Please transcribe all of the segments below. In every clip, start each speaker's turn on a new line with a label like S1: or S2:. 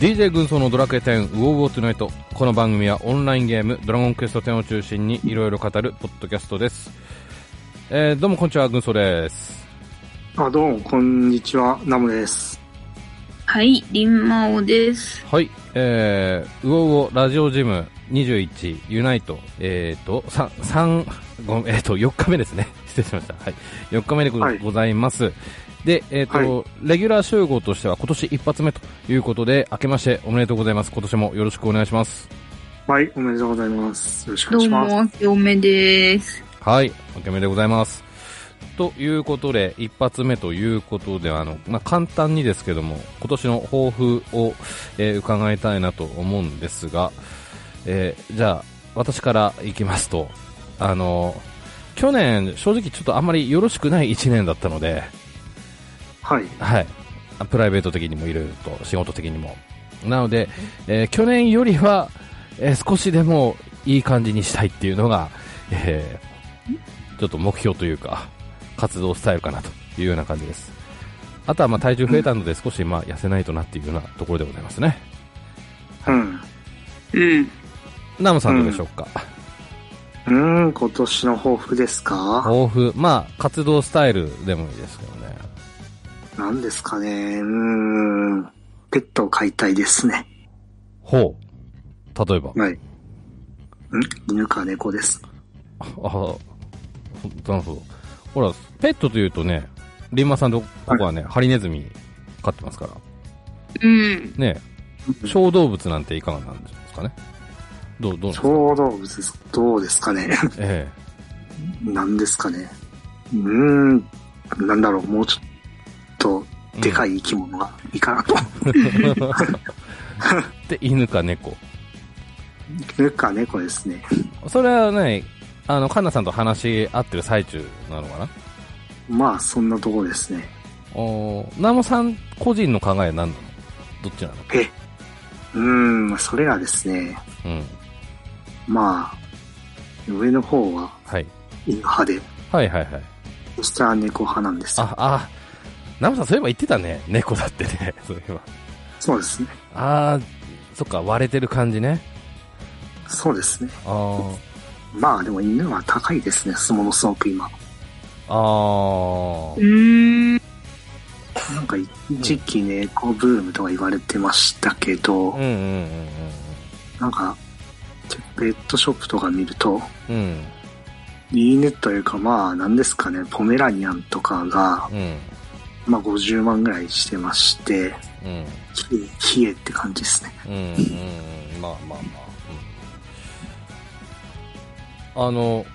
S1: DJ 軍曹のドラクエ10ウォーウォートゥナイトこの番組はオンラインゲームドラゴンクエスト10を中心にいろいろ語るポッドキャストです、えーどうもこんにちは軍曹です
S2: あ、どうも、こんにちは、ナムです。
S3: はい、リンマオです。
S1: はいえー、ウォウォラジオジム21ユナイトえーと3三ごめんえーと4日目ですね 失礼しましたはい4日目でご,、
S2: はい
S1: ざいますで、えーとレギュラー集合としては今年一発目ということで明けましておめでとうございます今年もよろしくお願いします
S2: はい、おめでとうございます。よろしくお
S3: ど
S2: 願いうし
S3: も、
S2: ます。
S3: 明けおめです。
S1: はい、お決めでございます。ということで、一発目ということで、あの、まあ、簡単にですけども、今年の抱負を、えー伺いたいなと思うんですが、えーじゃあ、私からいきますと、あの、去年、正直ちょっとあんまりよろしくない1年だったので、
S2: はい、
S1: はい、プライベート的にもいろいろと仕事的にもなので、えー去年よりは、えー少しでもいい感じにしたいっていうのが、えーちょっと目標というか活動スタイルかなというような感じですあとはまあ体重増えたので少しまあ痩せないとなっていうようなところでございますね
S2: うん。
S3: うん。
S1: ナムさんどうでしょうか、
S2: うーん、今年の抱負ですか
S1: 抱負まあ活動スタイルでもいいですけどね
S2: 何ですかねうーん。ペットを飼いたいですね。
S1: ほう例えば
S2: はい。ん犬か猫です。
S1: あ、ほなるほど。ほら、ペットというとね、リンマさんとここはね、ハリネズミ飼ってますから。
S3: うん。
S1: ね、小動物なんていかがなんですかね。どう、どうなんですか
S2: 小動物です。どうですかね
S1: え
S2: 何ですかねうーん、なんだろう、もうちょっと、
S1: え。
S2: でか
S1: い。
S2: い生き物がいいかなと。
S1: で、犬か猫。
S2: 犬か猫ですね。
S1: それはね、あの、カンナさんと話し合ってる最中なのかな
S2: まあ、そんなところですね。
S1: おーナモさん個人の考え何なのどっちなの
S2: え、うーん、それがですね、
S1: うん。
S2: まあ、上の方は
S1: はい。
S2: 犬派で、
S1: はいはいはい。
S2: 下は猫派なんですよ。
S1: あ、あ、ナモさんそういえば言ってたね。猫だってね。 そういえば。
S2: そうですね。
S1: あー、そっか、割れてる感じね。
S2: そうですね。
S1: あー。
S2: まあでも犬は高いですね、ものすごく今。
S1: あ
S3: う
S1: ー
S3: ーん。
S2: なんか一時期猫ブームとか言われてましたけど、
S1: うんうん
S2: なんか、ペットショップとか見ると、
S1: うんうんうん
S2: いいねというかまあ何ですかね、ポメラニアンとかが、
S1: うん
S2: まあ50万ぐらいしてまして、
S1: うん
S2: ひ冷えって感じですね。
S1: うんうんまあまあまあ、うん、あの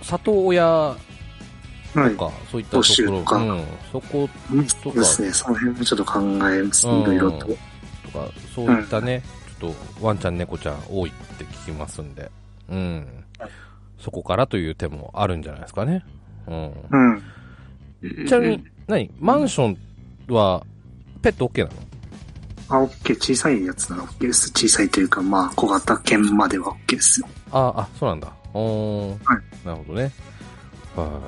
S1: す里親
S2: は
S1: と
S2: い。
S1: かそういったと
S2: 募集
S1: ころ
S2: とか
S1: うん、そこ
S2: そうですね、その辺もちょっと考えます、
S1: うん
S2: いろいろと。
S1: とかそういったね、ちょっとワンちゃん猫ちゃん多いって聞きますんでうんそこからという手もあるんじゃないですかねうん
S2: うん。
S1: ちなみに何マンションはペット OK なの
S2: あ、OK。小さいやつなら OK です。小さいというか、まあ、小型犬までは OK ですよ。
S1: ああ、そうなんだ。おー
S2: は
S1: なるほどね。は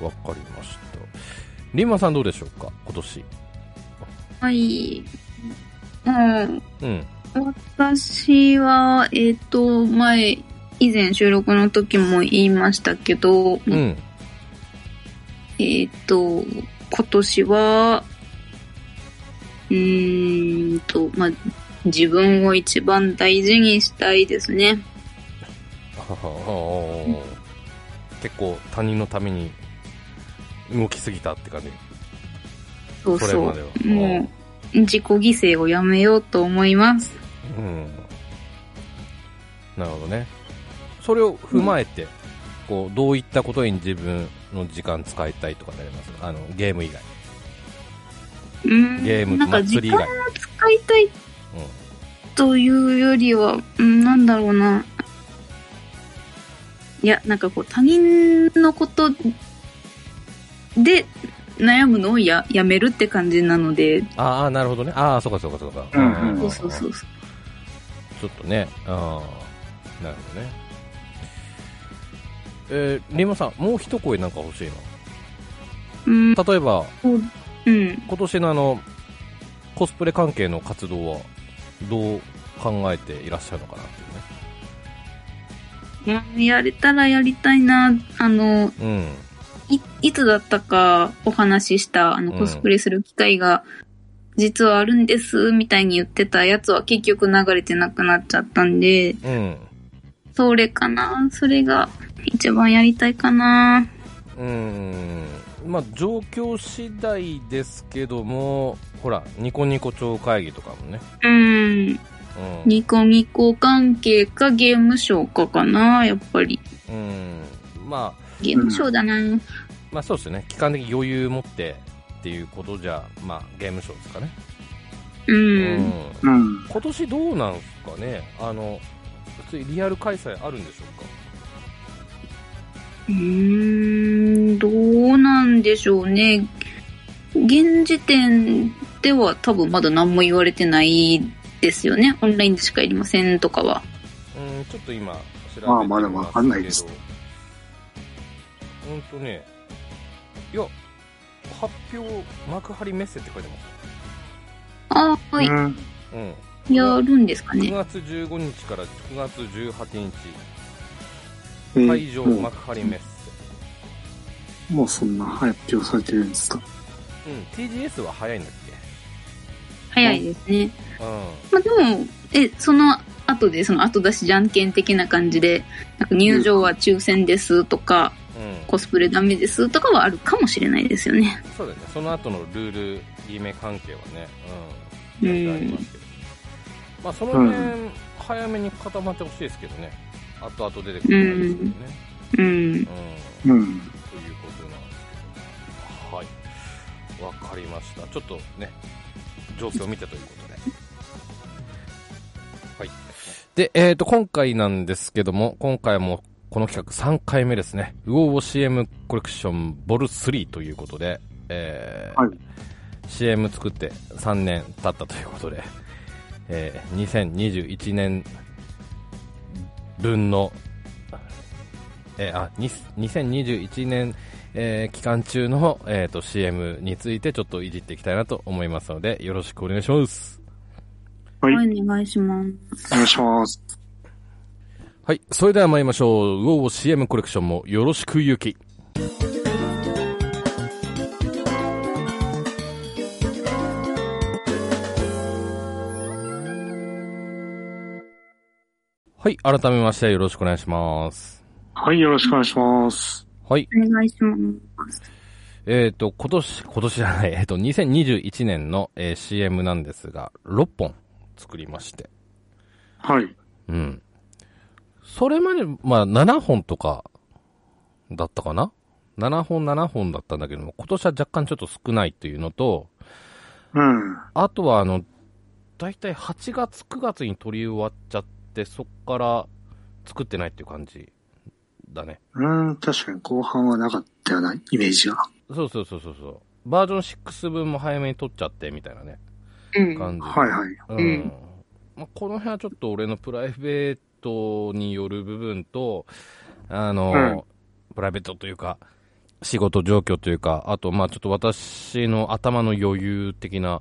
S1: い。わかりました。リンマさんどうでしょうか今年。
S3: はい。うん。
S1: うん。
S3: 私は、えっ、と、前、以前収録の時も言いましたけど、
S1: うん。
S3: えっ、と、今年は、うーんと、まあ、自分を一番大事にしたいですね。
S1: あー結構他人のために動きすぎたって感じ。
S3: そう
S1: それ
S3: そ
S1: までは
S3: う。もう、自己犠牲をやめようと思います。
S1: うん。なるほどね。それを踏まえて、こう、どういったことに自分の時間使いたいとかなりますあの、ゲーム以外。
S3: うーん
S1: ゲーム、
S3: なんか時
S1: 祭り以
S3: 間
S1: 外
S3: を。使いたいというよりは、うん、なんだろうな。いや、なんかこう、他人のことで悩むのをややめるって感じなので、
S1: うん。ああ、なるほどね。ああ、そうかそうかそうか。
S2: うんうん
S3: そうそうそうそう。
S1: ちょっとね、ああ、なるほどね。えー、リンマさん、もう一声なんか欲しい
S3: うん、
S1: な。例えば、
S3: うん。
S1: 今年のあの、コスプレ関係の活動はどう考えていらっしゃるのかなっていうね。
S3: うんやれたらやりたいな。あの、
S1: うん。
S3: い、いつだったかお話しした、あの、
S1: うん
S3: コスプレする機会が、実はあるんです、みたいに言ってたやつは結局流れてなくなっちゃったんで、
S1: うん。
S3: それかなそれが一番やりたいかな
S1: うん。まあ、状況次第ですけども、ほら、ニコニコ超会議とかもね。
S3: うん。
S1: うん。
S3: ニコニコ関係かゲームショーかかなやっぱり。
S1: うん。まあ、
S3: ゲームショーだな
S1: まあそうですよね。期間的に余裕持ってっていうことじゃ、まあ、ゲームショーですかね。
S3: う。
S1: うん
S2: うん。
S1: 今年どうなんすかねあの、普通にリアル開催あるんでしょうか
S3: うーん、どうなんでしょうね。現時点では多分まだ何も言われてないですよね。オンラインでしかやりませんとかは。
S1: うん、ちょっと今、調べてみすけど
S2: まあまだわかんないです。
S1: ほんとね、いや、発表、幕張メッセって書いてます。
S3: ああ、はい。
S2: うん
S1: うん。
S3: やるんですか
S1: 9
S3: ね。
S1: 月15日から9月18
S2: え
S1: 日、
S2: ー
S1: 会場
S2: も
S1: 幕張メッセ。
S2: う、もうそんな発表されてるんですか。
S1: うん、TGS は早いんだっ
S3: 早いですね。
S1: けうん。
S3: まあでも、え、その後で、その後出しじゃんけん的な感じで、なんか入場は抽選ですとか、
S1: うん、
S3: コスプレダメですとかはあるかもしれないですよね。
S1: そうだよね、その後のルール、リメ関係はね、
S3: う
S1: うんん、いろいろありますけど、まあ、その辺、早めに固まってほしいですけどね、後々出てくるんですけどね、
S3: うん。
S1: うん、
S2: う
S1: とい
S2: ん。
S1: うことなんですけど、はい、わかりました、ちょっとね、情勢を見てということで。はい、で、えー、と今回なんですけども、今回もこの企画3回目ですね、ウォーウォ CM コレクションボル3ということで、えー
S2: はい
S1: CM 作って3年経ったということで、えー2021年分の、えーあに2021年、えー期間中の、えー、と CM についてちょっといじっていきたいなと思いますのでよろしくお願いします
S2: はい
S3: はい、お願いします。
S2: お願いします。
S1: はいそれでは参りましょうウォー CM コレクションもよろしくゆきはい改めましてよろしくお願いします
S2: はい、よろしくお願いします。
S1: はい
S3: お願いします。
S1: えっ、と、今年、今年じゃない、えっ、と、2021年の、えー CM なんですが、6本作りまして。
S2: はい。
S1: うん。それまで、まあ、7本とか、だったかな ?7 本、7本だったんだけども、今年は若干ちょっと少ないというのと、
S2: うん。
S1: あとは、あの、だいたい8月、9月に撮り終わっちゃって、そっから作ってないっていう感じだね。
S2: うん、確かに後半はなかったようなイメージが。
S1: そうそうそうそうそう。バージョン6分も早めに撮っちゃって、みたいなね、
S3: うん。
S1: 感じで。
S2: はいはい。
S1: う
S3: うん
S1: んまあ、この辺はちょっと俺のプライベートによる部分と、あの、プライベートというか、仕事状況というか、あと、まあちょっと私の頭の余裕的な、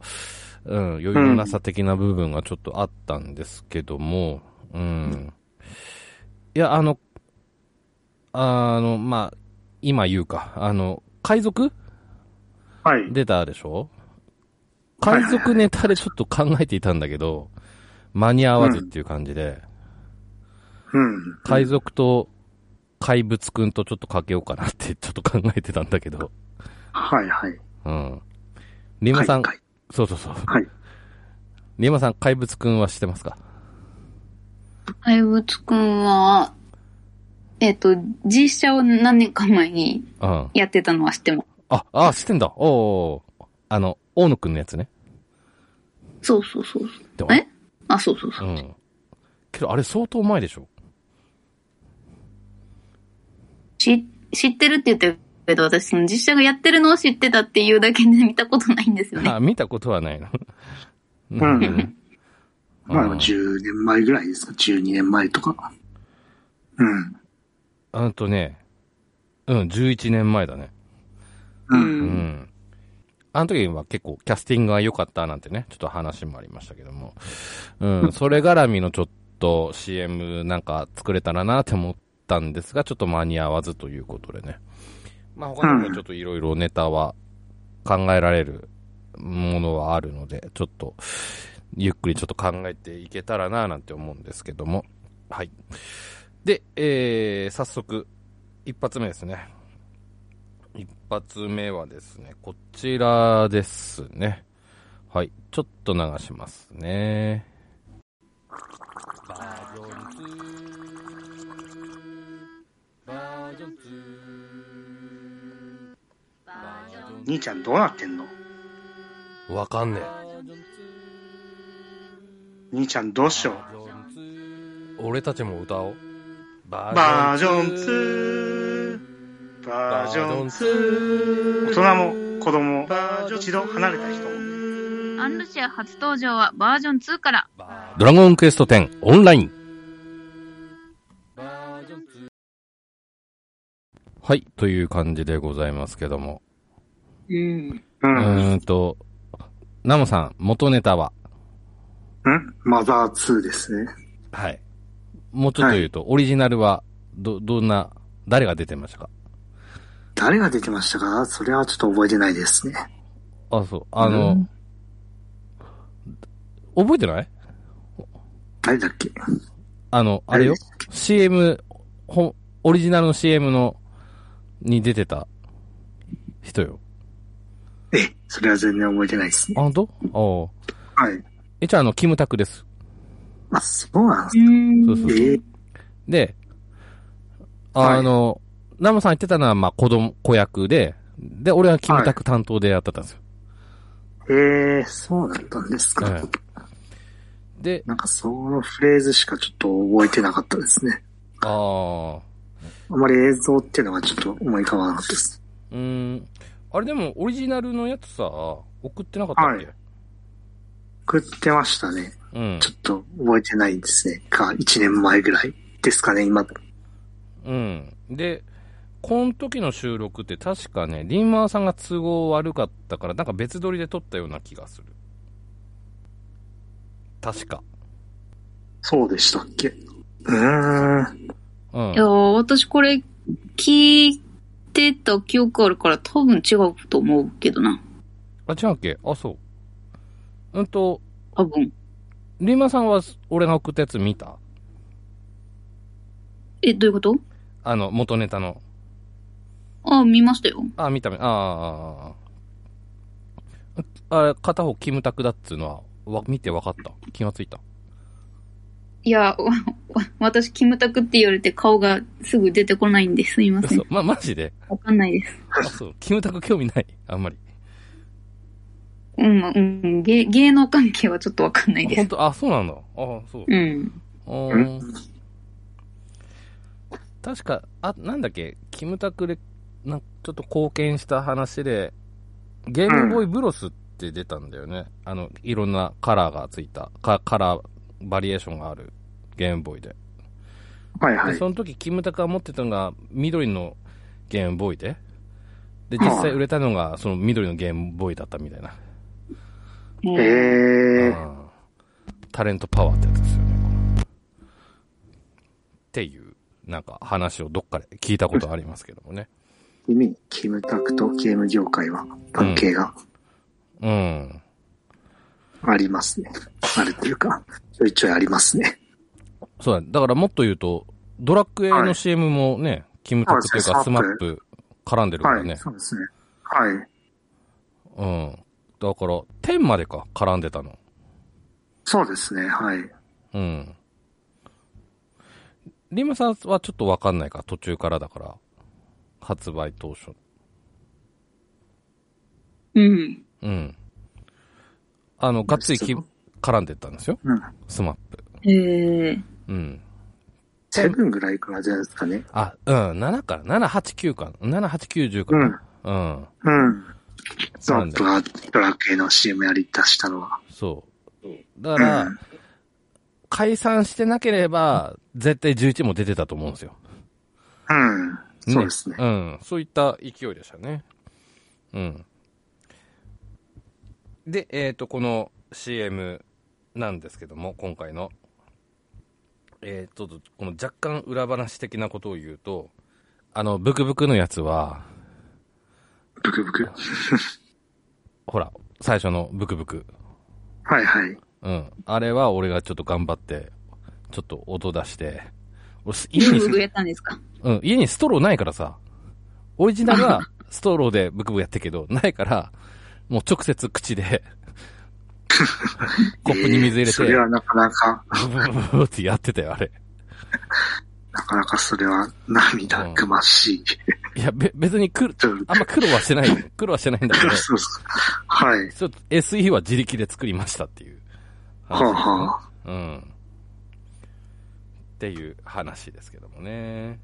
S1: うん、余裕のなさ的な部分がちょっとあったんですけども、うん。いや、あの、あの、まあ今言うか、あの、海賊
S2: はい。
S1: 出たでしょ
S2: はい
S1: 海賊ネタでちょっと考えていたんだけど、間に合わずっていう感じで、
S2: うん。
S1: 海賊と怪物くんとちょっとかけようかなってちょっと考えてたんだけど、
S2: はいはい。
S1: うん。リンマさん、
S2: はい
S1: そうそうそう。
S2: はい。
S1: リンマさん、怪物くんは知ってますか
S3: 怪物くんは、えっ、と、実写を何年か前に
S1: うん。
S3: やってたのは知っても。
S1: あ、あ、知ってんだ。おうおうおうあの、大野くんのやつね。
S3: そうそうそうそう。
S1: でも
S3: えあ、そうそうそうう。
S1: ん。けど、あれ相当前でしょ
S3: し知ってるって言ったけど、私その実写がやってるのを知ってたっていうだけで見たことないんですよね。
S1: あ、 見たことはないの。
S2: ん
S1: なるほどね
S2: まあで
S1: う
S2: も
S1: ん
S2: 10年前ぐらいですか ?12 年前とか。うん。
S1: うんとね、うん、11年前だね。
S2: う。
S3: うん。
S1: うんん。あの時は結構キャスティングが良かったなんてね、ちょっと話もありましたけども。うん、それ絡みのちょっと CM なんか作れたらなって思ったんですが、ちょっと間に合わずということでね。まあ他にもちょっといろいろネタは考えられるものはあるので、ちょっとゆっくりちょっと考えていけたらななんて思うんですけども。はい。で、えー、早速、一発目ですね。一発目はですね、こちらですね。はい。ちょっと流しますね。バージョン2。バージョン
S2: 兄ちゃんどうなってんの
S1: 2。わかんね
S2: 兄ちゃんどうしよう。
S1: え。俺たちも歌おう。
S2: バ
S1: バ
S2: ージョン2。バージョン2。大人も子供も一度離れた人も。
S3: アンルシア初登場はバージョン2から。
S1: ドラゴンクエスト10オンライン。はい、という感じでございますけども。
S3: うん。
S1: う
S2: う。
S1: んーんと、ナモさん、元ネタは
S2: うんマザー2ですね。
S1: はい。もうちょっと言うと、オリジナルは、ど、どんな、誰が出てましたか
S2: 誰が出てましたかそれはちょっと覚えてないですね。
S1: あ、そう。あの、覚えてない
S2: 誰だっけ
S1: あの、あれよ
S2: 誰で。
S1: CM、ほ、オリジナルの CM の、に出てた人よ。
S2: え、それは全然覚えてないですね。
S1: あ、ほんとああ。
S2: はい。
S1: え、じゃあ、あの、キムタクです。
S2: あ、そうなんです
S3: うん
S1: そうそうそう。
S2: ね。え
S1: で、
S2: はい
S1: あの、ナモさん言ってたのは、まあ、子供、子役で、で、俺はキムタク担当でやってたんですよ。
S2: えー、そうだったんですか。
S1: はいで、
S2: なんかそのフレーズしかちょっと覚えてなかったですね。
S1: ああ、
S2: あまり映像っていうのがちょっと思い浮かばなかったです。
S1: うーん。あれでも、オリジナルのやつさ、送ってなかったっけ、
S2: は食ってましたね。
S1: うん
S2: ち。ょっと覚えてないんですね。か、1年前ぐらいですかね、今。
S1: うん。で、この時の収録って確かね、リンマーさんが都合悪かったから、なんか別撮りで撮ったような気がする。確か。
S2: そうでしたっけうーん。
S1: うん
S3: いや。私これ聞いてた記憶あるから多分違うと思うけどな。
S1: あ、違うっけあ、そう。うんと、
S3: 多分。
S1: リンマーさんは俺が送ったやつ見た
S3: え、どういうこと
S1: あの、元ネタの。
S3: あ、見ましたよ。
S1: あ、見た目、ああ。あれ、片方キムタクだっつうのは、わ見て分かった。気がつ いた。
S3: いや、 わわ私、キムタクって言われて顔がすぐ出てこないんですいません
S1: 嘘。ま、マジで
S3: わかんないです。
S1: あ、そう。キムタク興味ない。あんまり。
S3: うん、うん、芸芸能関係はちょっとわかんないで
S1: 本
S3: す。
S1: 当あ、そうなんだ。あ、そう。
S3: うん。
S1: う。
S2: うん
S1: 確か、あ、なんだっけ、キムタクで、なんかちょっと貢献した話で、ゲームボーイブロスって出たんだよね。あの、いろんなカラーがついた、カカラー、バリエーションがあるゲームボーイで。
S2: はいは
S1: で
S2: い。
S1: その時キムタクが持ってたのが緑のゲームボーイでで実際売れたのがその緑のゲームボーイだったみたいな、
S2: えー、
S1: うんタレントパワーってやつですよねっていうなんか話をどっかで聞いたことありますけどもね
S2: 意味、キムタクとゲーム業界は関係が
S1: うん
S2: ありますね。あるというか、ちょいちょいありますね。
S1: そうだねだからもっと言うとドラクエ
S2: は
S1: の
S2: い
S1: CM もね、キムタクというかス
S2: そ
S1: マ
S2: う
S1: ッ
S2: で
S1: プ絡んでるから
S2: は
S1: ね、
S2: い、そうですね。はい。
S1: うんだから天までか絡んでたの
S2: そうですね、はい。
S1: うん。リムさんはちょっとわかんないから、途中からだから。発売当初。
S3: うん。
S1: うん。あの、がっつりき
S2: そう
S1: 絡んでったんですよ。
S2: うん。
S1: スマップ。
S3: えー、
S1: うん。
S2: セブンぐらいからじゃないですかね。
S1: あ、うん、7から、7、8、9か。7、8、9、10かな。うん。
S2: うん。スマ
S1: なん
S2: ッ
S1: だ
S2: プがドラクエの CM やり出したのは。
S1: そう。だから、
S2: うん
S1: 解散してなければ、絶対11も出てたと思うんですよ。
S2: うん。そうですね。
S1: うん。そういった勢いでしたね。うん。で、えっ、と、この CM なんですけども、今回の。えー、ちょっと、この若干裏話的なことを言うと、あの、ブクブクのやつは、
S2: ブクブク。
S1: ほら、最初のブクブク。
S2: はいはい。
S1: うん。あれは俺がちょっと頑張って、ちょっと音出して、俺す家
S3: ブ
S1: に
S3: クブクやったんですか
S1: うん、家にストローないからさ、オリジナル はストローでブクブクやってるけど、ないから、もう直接口で、 コップに水入れ
S2: えーそれ
S1: て、
S2: はなかなか、
S1: ブブブブブってやってたよ、あれ。
S2: なかなかそれは涙ぐまし
S1: い
S2: い。
S1: や、べ、別にくる、
S2: ちょっと
S1: あんま苦労はしてないよ。苦労はしてないんだけど、ち
S2: そうそう。はい。
S1: ょっと SE は自力で作りましたっていう話
S2: はあ
S1: ですね、
S2: はあ。
S1: うん。っていう話ですけどもね。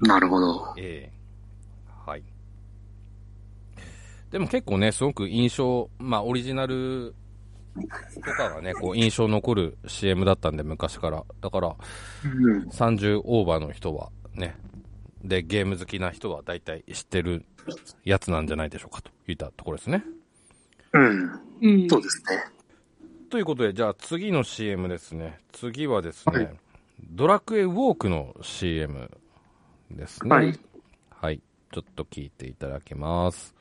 S2: なるほど。
S1: ええはい。でも結構ね、すごく印象、まあオリジナルとかがね、こう印象残る CM だったんで、昔から。だから、
S2: うん。
S1: 30オーバーの人はね、で、ゲーム好きな人は大体知ってるやつなんじゃないでしょうか、といったところですね。
S2: うん。
S3: うん
S2: そうですね。
S1: ということで、じゃあ次の CM ですね。次はですね、
S2: はい
S1: ドラクエウォークの CM ですね。
S2: はい。
S1: はい。ちょっと聞いていただきます。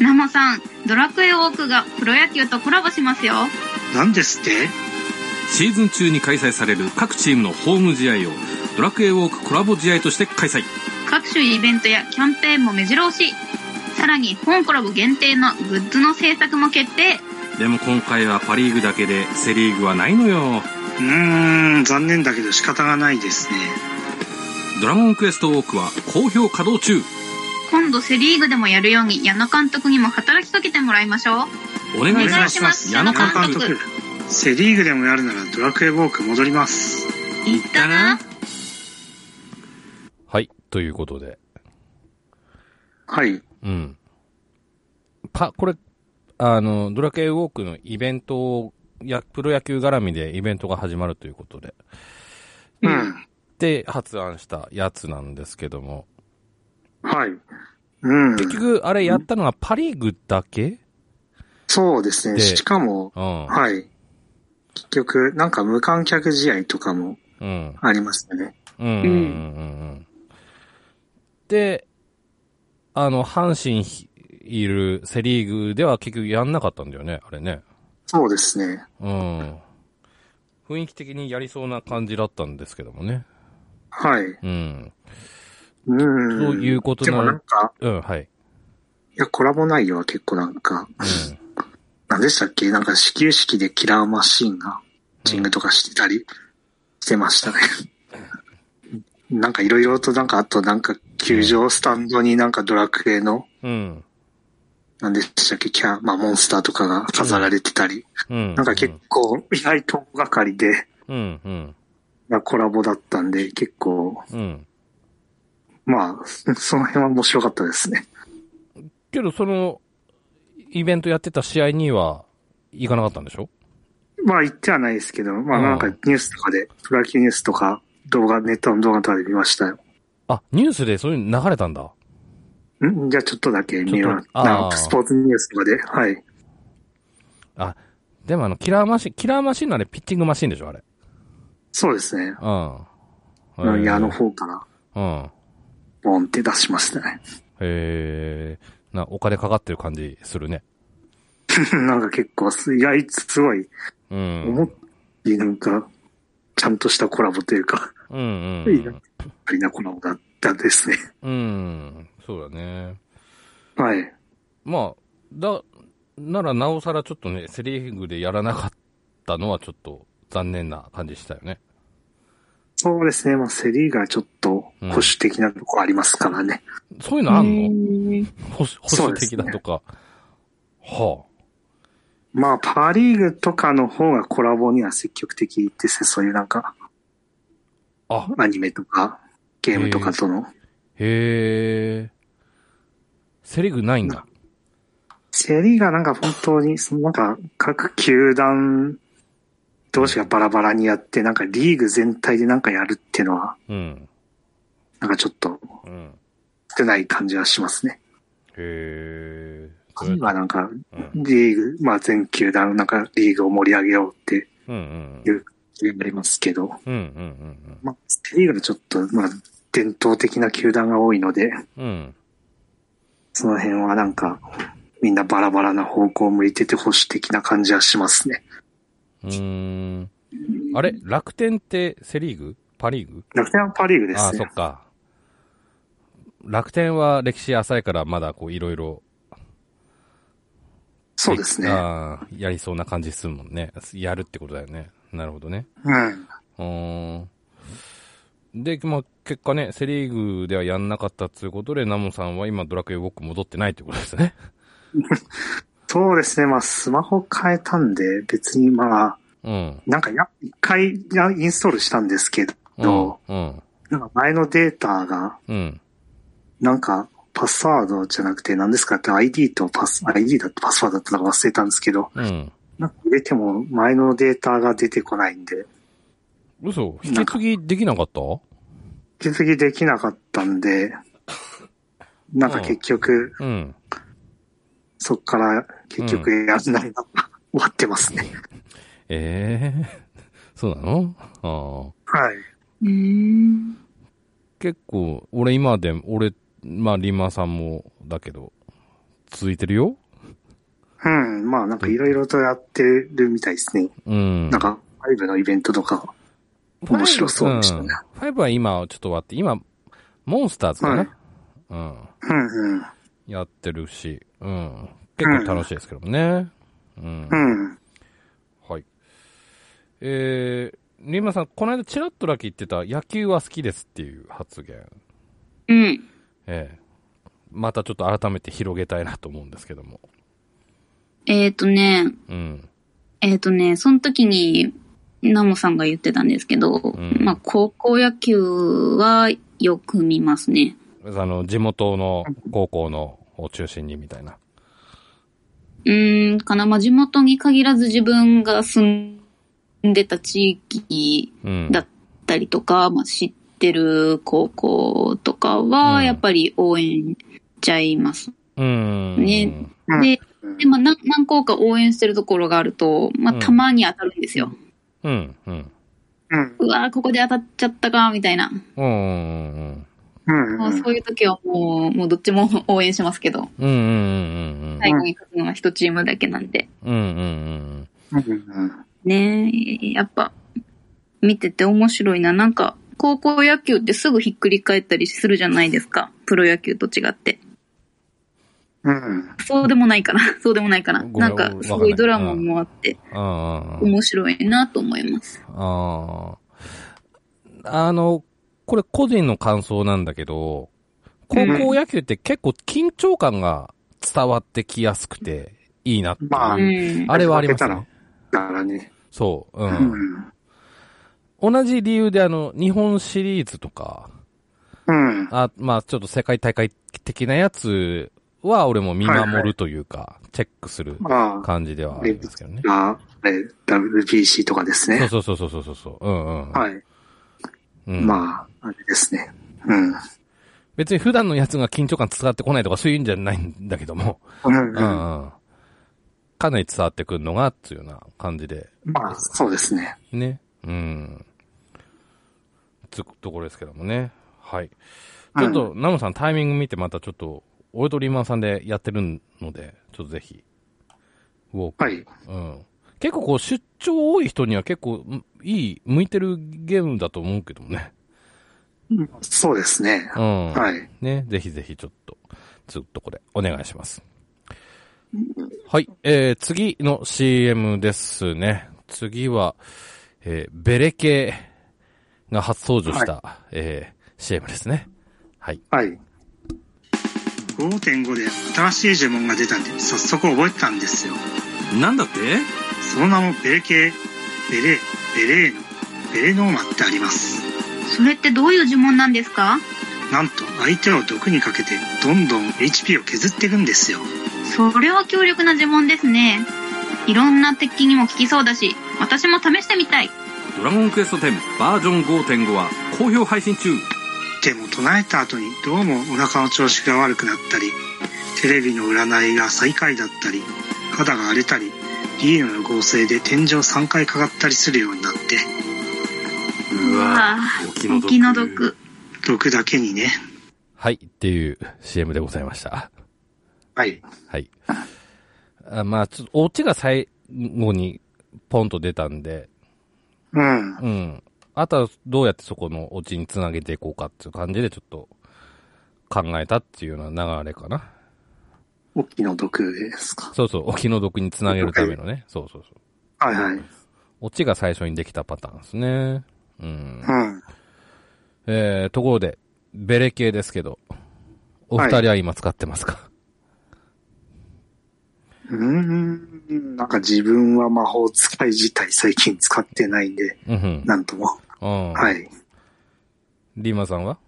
S3: 生さん、ドラクエウォークがプロ野球とコラボしますよ。
S2: なんですって
S4: シーズン中に開催される各チームのホーム試合をドラクエウォークコラボ試合として開催
S3: 各種イベントやキャンペーンも目白押し。さらに、本コラボ限定のグッズの制作も決定。
S4: でも今回はパ・リーグだけでセ・リーグはないのよ
S2: うーん、残念だけど仕方がないですね。
S4: ドラゴンクエストウォークは好評稼働中
S3: 今度セリーグでもやるように矢野監督にも働きかけてもらいましょう。
S4: お願いしま
S3: 願い
S4: す
S3: します
S4: 矢野
S3: 監督
S2: 矢野セリーグでもやるならドラクエウォーク戻ります。
S3: いったな。
S1: はい。ということで。
S2: はい。
S1: うん。パ、これ、あの、ドラケイウォークのイベントを、や、プロ野球絡みでイベントが始まるということで。
S2: うん。
S1: で、発案したやつなんですけども。
S2: はい。うん。
S1: 結局、あれやったのはパリーグだけ
S2: そうですね。
S1: で
S2: しかも、
S1: うん。
S2: はい。結局、なんか無観客試合とかも
S1: うん。
S2: ありますよね。
S1: うんうんうんうん。で、あの、阪神ひいるセリーグでは結局やんなかったんだよね、あれね。
S2: そうですね。
S1: うん。雰囲気的にやりそうな感じだったんですけどもね。
S2: はい。
S1: うん。
S2: うん。
S1: そういうこと
S2: で
S1: な
S2: も
S1: ら
S2: なんか、
S1: うん、はい。
S2: いや、コラボ内容は結構なんか、何でしたっけなんか始球式でキラーマシンが、チングとかしてたりしてましたね。なんかいろいろとなんか、あとなんか球場スタンドになんかドラクエの、
S1: うん。うん。
S2: 何でしたっけキャまあモンスターとかが飾られてたり。
S1: うん。
S2: なんか結構意外と大掛かりで、
S1: うん、うん、
S2: なコラボだったんで、結構、
S1: うん。
S2: まあ、その辺は面白かったですね。
S1: けど、その、イベントやってた試合には行かなかったんでしょ
S2: まあ言ってはないですけど、まあなんか
S1: う
S2: ニ
S1: ん
S2: ュースとかで、プロ野球ニュースとか、動画、ネットの動画とかで見ましたよ。
S1: あ、ニュースでそういうの流れたんだ。
S2: んじゃあちょっとだけ見よ
S1: ちょっ
S2: う。
S1: とあー
S2: なんかスポーツニュースとかで、はい。
S1: あ、でもあの、キラーマシン、キラーマシンのあれ、ピッチングマシンでしょあれ。
S2: そうですね。
S1: うん。
S2: なん
S1: へー
S2: やあの方から、
S1: うん。
S2: ボンって出しましたね。
S1: へえ、な、お金かかってる感じするね。
S2: なんか結構す、意外とすごい、
S1: う
S2: 思
S1: ん
S2: っ。てなんか、ちゃんとしたコラボというか、
S1: うん、うん
S2: いいなありなコラボだったですね。
S1: うん。うん。そうだね。
S2: はい。
S1: まあ、だ、ならなおさらちょっとね、セリフでやらなかったのはちょっと残念な感じしたよね。
S2: そうですね。まあ、セリーがちょっと保守的なとこありますからね。
S1: そういうのあんの
S3: の
S1: 保守保守的だとか。は
S2: まあ、パーリーグとかの方がコラボには積極的ですね。そういうなんか、
S1: あ。あ、
S2: アニメとか、ゲームとかとの。
S1: へえ。セリフないんだ。
S2: セリーがなんか本当に、そのなんか、各球団同士がバラバラにやって、なんかリーグ全体でなんかやるっていうのは、
S1: うん。
S2: なんかちょっと
S1: うん。
S2: 少ない感じはしますね。
S1: へえ。
S2: 今なんか、
S1: うん。
S2: リーグ、まあ全球団、なんかリーグを盛り上げようって
S1: うんうん
S2: いう言われますけど、
S1: うん。うんうん
S2: まあ、セリーグのちょっと、まあ、伝統的な球団が多いので、
S1: うんうん。うん。
S2: その辺はなんか、みんなバラバラな方向を向いてて保守的な感じはしますね。
S1: うーん。あれ楽天ってセリーグパリーグ
S2: 楽天はパリーグで
S1: ああ、
S2: す
S1: そ
S2: ね
S1: っ。か。楽天は歴史浅いからまだこういろいろ。
S2: そうですね。
S1: ああ、やりそうな感じするもんね。やるってことだよね。なるほどね。
S2: うん。
S1: うーん。で、まあ、結果ね、セリーグではやんなかったということで、ナモさんは今ドラクエウォーク戻ってないということですね。
S2: そうですね。まあ、スマホ変えたんで、別にまあ、
S1: うん。
S2: なんかや、一回やインストールしたんですけ
S1: うん
S2: ど、。
S1: うん。
S2: なんか前のデータが、
S1: うん。
S2: なんか、パスワードじゃなくて何ですかって ID とパス、ID だってパスワードだったのか忘れたんですけど、
S1: うん。
S2: なんか入れても前のデータが出てこないんで、
S1: 嘘引き継ぎできなかった
S2: 引き継ぎできなかったん で、なんか結局、
S1: うん。
S2: そっから結局やらないの、終わってま すね。
S1: ええ そうなのああ。
S2: はい。
S3: うん。
S1: 結構、俺今でも、俺、まあ、リンマさんもだけど、続いてるよ
S2: うん、まあなんかいろいろとやってるみたいですね。
S1: うん。
S2: なんか、ファイブのイベントとか、面白そうでしたね。
S1: ファイブは今、ちょっと終わって、今、モンスターズかな、うん。
S2: うんうん。
S1: やってるし、うん。結構楽しいですけどもね。うん。
S2: うん。
S1: はい。えー、リンマさん、この間チラッとだけ言ってた、野球は好きですっていう発言。
S3: うん。
S1: ええまたちょっと改めて広げたいなと思うんですけども。
S3: えっ、とね、
S1: うん。
S3: えっ、とね、その時に、ナモさんが言ってたんですけど、
S1: ん
S3: まあ、高校野球はよく見ますね。
S1: あの、地元の高校のを中心にみたいな。
S3: うーん、かな。まあ、地元に限らず自分が住んでた地域
S1: うん。
S3: だったりとか、まあ、知ってる高校とかは、
S1: うん
S3: やっぱり応援しちゃいます。
S1: うん。
S3: ね
S2: うん
S3: で、
S2: うん
S3: でまあ、何何校か応援してるところがあると、まあ、
S1: うん
S3: たまに当たるんですよ。
S1: うん。うん。
S2: うん。
S3: うわーここで当たっちゃったか、みたいな。
S1: うん。うん。
S2: うん
S3: もうそういう時はもう、もうどっちも応援しますけど、
S1: うん。うん。うん。
S3: 最後に勝つのは一チームだけなんで。
S1: うん。うん。
S2: うん。
S3: ねえ、やっぱ、見てて面白いな。なんか、高校野球ってすぐひっくり返ったりするじゃないですか。プロ野球と違って。
S2: うん。
S3: そうでもないかな。 そうでもないかな。
S1: ごめん
S3: なんか、すごいドラマ
S1: わかんない
S3: もあって、
S1: あ
S3: 面白いなと思います。
S1: あ。あの、これ個人の感想なんだけど、高校野球って結構緊張感が伝わってきやすくて、いいなっていう。
S2: まあ
S3: うん。
S1: あれはあります
S2: 負
S1: ね
S2: け。だからね。
S1: そう。う。
S2: うんん。
S1: 同じ理由であの、日本シリーズとか、
S2: うん。
S1: あ、まあちょっと世界大会的なやつは俺も見守るというか、チェックする
S2: まあ、
S1: 感じではありますけどね。
S2: あれ、WBC とかですね。
S1: そうそうそうそうそうそう。うんうん。
S2: はい。
S1: うん、
S2: まあ、あれですね。うん。
S1: 別に普段のやつが緊張感伝わってこないとかそういうんじゃないんだけども。
S2: うん
S1: うんうん。かなり伝わってくるのが、っていうような感じで。
S2: まあ、そうですね。
S1: ね。うん。つくところですけどもね。はい。
S2: うん
S1: ちょっと、ナムさんタイミング見てまたちょっと、俺とリーマンさんでやってるので、ちょっとぜひ、ウォーク。
S2: はい。
S1: うん。結構こう、出張多い人には結構、んいい、向いてるゲームだと思うけどもね。
S2: そうですね。
S1: うん。
S2: はい。
S1: ね、ぜひぜひちょっと、ずっとこれ、お願いします。はい、えー、次の CM ですね。次は、えー、ベレ系が初登場した、えー、CM ですね。はい。
S2: はい。5.5で新しい呪文が出たんで、早速覚えてたんですよ。
S4: なんだって
S2: その名もベレ系、ベレ、ベレーノ、ベレノーマってあります。
S3: それってどういう呪文なんですか
S2: なんと相手を毒にかけてどんどん HP を削っていくんですよ。
S3: それは強力な呪文ですね。いろんな敵にも効きそうだし、私も試してみたい。
S4: ドラゴンクエスト10バージョン5.5は好評配信中
S2: でも唱えた後にどうもお腹の調子が悪くなったり、テレビの占いが最下位だったり、肌が荒れたり、リーノの合成で天井3回かかったりするようになって、
S4: うわ
S3: うわ
S4: お気の毒
S3: お気の毒。
S2: 毒だけにね。
S1: はい、っていう CM でございました。
S2: はい。
S1: はい。あまあ、ちょっと、オチが最後に、ポンと出たんで、
S2: うん。
S1: うん。あとは、どうやってそこのオチにつなげていこうかっていう感じで、ちょっと、考えたっていうような流れかな。
S2: お気の毒ですか。
S1: そうそう、お気の毒につなげるためのね。そうそうそう。
S2: はいはい。うん。
S1: オチが最初にできたパターンですね。うん。
S2: あ
S1: えー、ところで、ベレ系ですけど、お二人は今使ってますか、
S2: うーん。なんか自分は魔法使い自体最近使ってないんで、
S1: うん
S2: なんとも。
S1: うん。。
S2: はいい。
S1: リーマさんは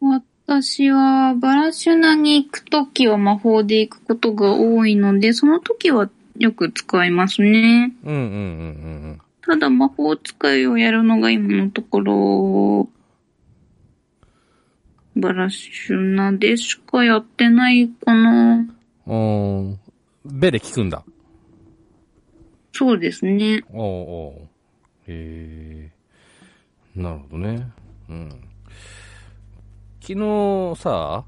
S3: 私は、バラシュナに行くときは魔法で行くことが多いので、その時はよく使いますね。
S1: うんうんうん
S3: ただ魔法使いをやるのが今のところ、バラシュナでしかやってないかな。
S1: うんうん。うん。ベレ聞くんだ。
S3: そうですね。
S1: おうおうへえなるほどね。うん。昨日さ、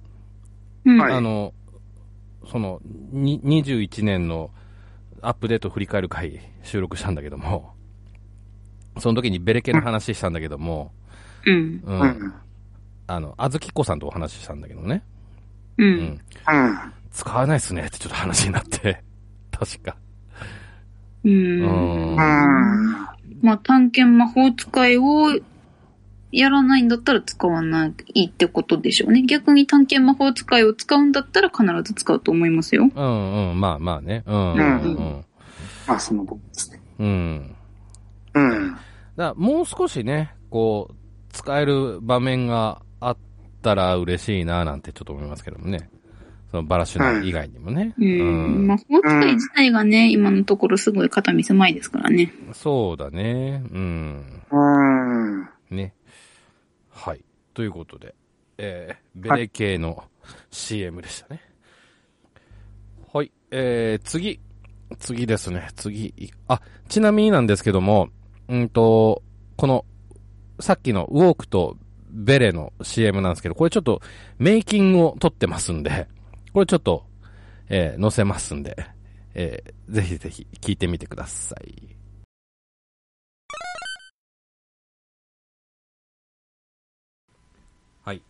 S3: うん。
S2: はい
S1: あの、その、に21年のアップデート振り返る回収録したんだけども、その時にベレ系の話したんだけども、
S3: うん。
S1: う。
S2: うんん。うん。
S1: あの、あずきっこさんとお話ししたんだけどね。
S3: う。
S1: うんん。使わないっすねってちょっと話になって。確か。
S3: う。
S1: うん
S2: うん。
S3: まあ、探検魔法使いをやらないんだったら使わないってことでしょうね。逆に探検魔法使いを使うんだったら必ず使うと思いますよ。
S1: うんうん、まあまあね。うん。う
S2: うん
S1: ん。
S2: まあ、その僕ですね。
S1: うん。
S2: うん。
S1: だからもう少しね、こう、使える場面があったら嬉しいななんてちょっと思いますけどもね。そのバラシュナ以外にもね。
S3: うん。魔法使い自体がね、今のところすごい肩身狭いですからね。
S1: そうだね。うん。
S2: うん。
S1: ね。はい。ということで、えー、ベレ系の CM でしたね。はい。えー、次。次ですね。次。いあ、ちなみになんですけども、うんと、この、さっきのウォークとベレの CM なんですけど、これちょっとメイキングを撮ってますんで、これちょっと、えー載せますんで、えーぜひぜひ聞いてみてください。はい。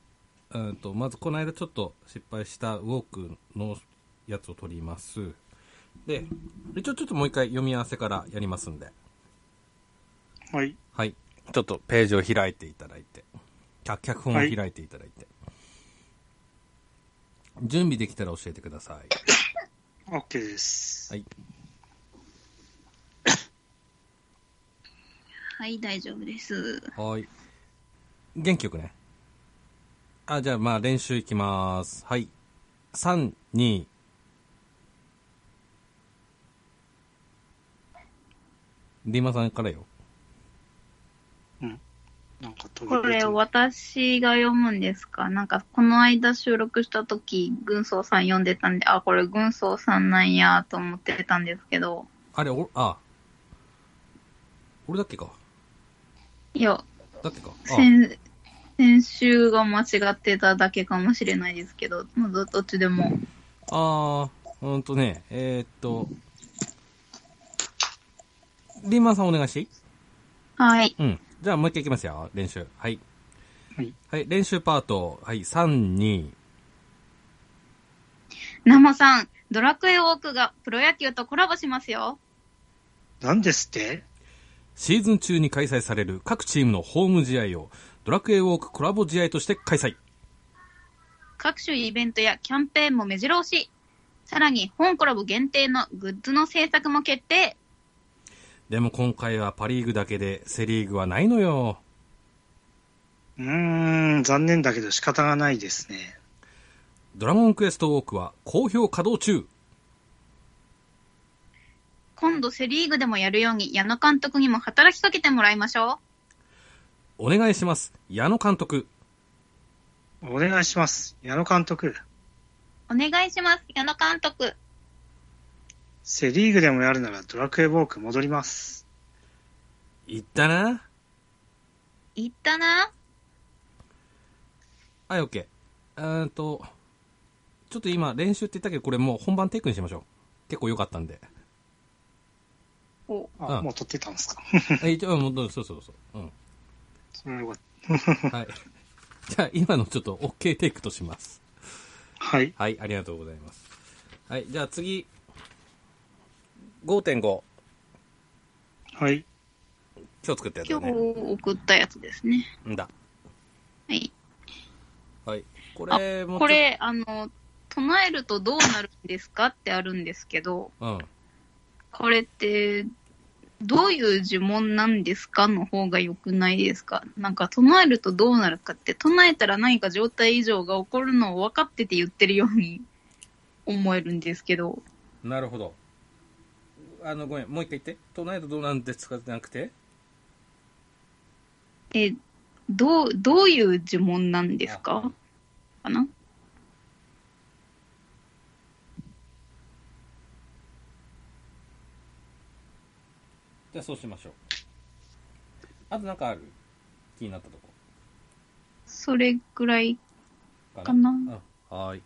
S1: うんと、まずこの間ちょっと失敗したウォークのやつを取ります。で、一応ちょっともう一回読み合わせからやりますんで。
S2: はい。
S1: はい。ちょっとページを開いていただいて。脚脚本を開いていただいて。準備できたら教えてください。
S2: OK です。
S1: はい。
S3: はい、大丈夫です。
S1: はい。元気よくね。あ、じゃあまあ練習いきます。はい。3、2、リーマさんからよ。
S2: なんか飛び
S3: こ
S2: 出て
S3: れ
S2: る
S3: 私が読むんですかなんかこの間収録した時、軍曹さん読んでたんで、あ、これ軍曹さんなんやと思ってたんですけど、
S1: あれ、お、あ、俺だっけか。
S3: いや、
S1: だっけか。あ、
S3: 先先週が間違ってただけかもしれないですけど、まあどどっちでも。
S1: あー、うんとね、えー、っと、リーマンさんお願いしていい
S3: はい。
S1: うん。じゃあもう一回いきますよ、練習。はい。
S2: はい。
S1: はい、練習パート。はい、3、2、
S3: 生さん、ドラクエウォークがプロ野球とコラボしますよ。
S2: なんですって
S4: シーズン中に開催される各チームのホーム試合をドラクエウォークコラボ試合として開催。
S3: 各種イベントやキャンペーンも目白押し。さらに、本コラボ限定のグッズの制作も決定。
S4: でも今回はパリーグだけでセリーグはないのよ。
S2: うーん、残念だけど仕方がないですね。
S4: ドラゴンクエストウォークは好評稼働中。
S3: 今度セリーグでもやるように矢野監督にも働きかけてもらいましょ
S4: お
S3: う。
S4: 願いします。矢野監督。
S2: お願いします。矢野監督。
S5: お願いします、矢野監督。
S2: セリーグでもやるならドラクエウォーク戻ります。
S1: 言ったな
S5: 言ったな
S1: はい、オッケー。うーんと、ちょっと今練習って言ったけど、これもう本番テイクにしましょう。結構良かったんで。
S6: お、
S2: あ、
S1: うん
S2: もう撮ってたんですか。
S1: あ一応、うんもうそうそうそう。うん。
S2: それはよかっ
S1: はい。じゃあ、今のちょっと OK テイクとします。
S2: た。はい。
S1: はい、ありがとうございます。はい、じゃあ次。5.5。
S2: はい。
S1: 今日作ったやつだ
S6: 今日
S1: ね。
S6: 送ったやつですね。
S1: んだ。
S6: はい。
S1: はい。こ
S6: あ
S1: れも、
S6: こ。れ、あの、唱えるとどうなるんですかってあるんですけど、
S1: うん。
S6: これって、どういう呪文なんですかの方が良くないですかなんか唱えるとどうなるかって、唱えたら何か状態異常が起こるのを分かってて言ってるように思えるんですけど、
S1: なるほど。あの、ごめん、もう一回言って。トナイトどうなんですかじゃなくて。
S6: え、どう、どういう呪文なんですかかな
S1: じゃあそうしましょう。あとなんかある気になったとこ
S6: それぐらい
S1: かな。
S6: かな
S1: うんはーい。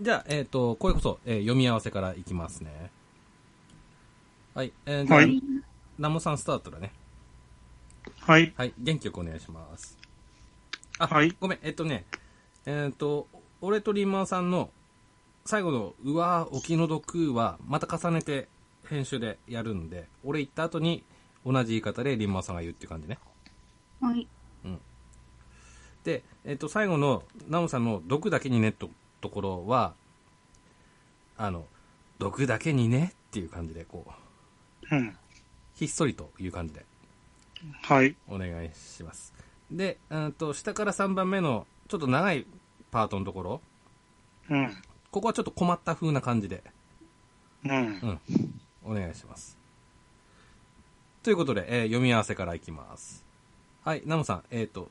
S1: じゃあ、えっ、と、これこそ、えー読み合わせからいきますね。はい。えー、じゃあ、
S2: はい
S1: ナモさんスタートだね。
S2: はい。
S1: はい。元気よくお願いします。あ、
S2: はい
S1: ごめん、えっ、とね、えっ、と、俺とリンマンさんの最後の、うわー、お気の毒は、また重ねて編集でやるんで、俺言った後に、同じ言い方でリンマンさんが言うっていう感じね。
S6: はい。
S1: で、えっと、最後のナムさんの「毒だけにね」とところはあの「毒だけにね」っていう感じでこう
S2: うん。
S1: ひっそりという感じで
S2: はい。
S1: お願いしますで、うん、と下から3番目のちょっと長いパートのところ
S2: うん。
S1: ここはちょっと困った風な感じで
S2: うん。
S1: お願いしますということで、えー読み合わせからいきますはいナムさんえっ、と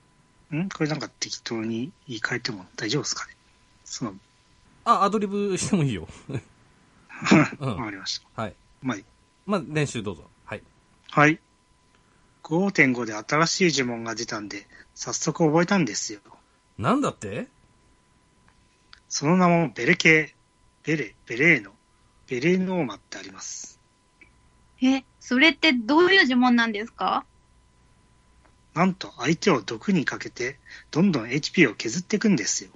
S2: んこれなんか適当に言い換えても大丈夫ですかねその、
S1: あアドリブしてもいいようん
S2: わかりました。
S1: はい
S2: まあいい
S1: まあ練習どうぞはい
S2: はい。5.5で新しい呪文が出たんで、早速覚えたんですよ。
S1: なんだって
S2: その名もベレ系。ベレ、ベレーノ。ベレノーマってあります。
S5: え、それってどういう呪文なんですか
S2: なんと相手を毒にかけて、どんどん HP を削っていくんですよ。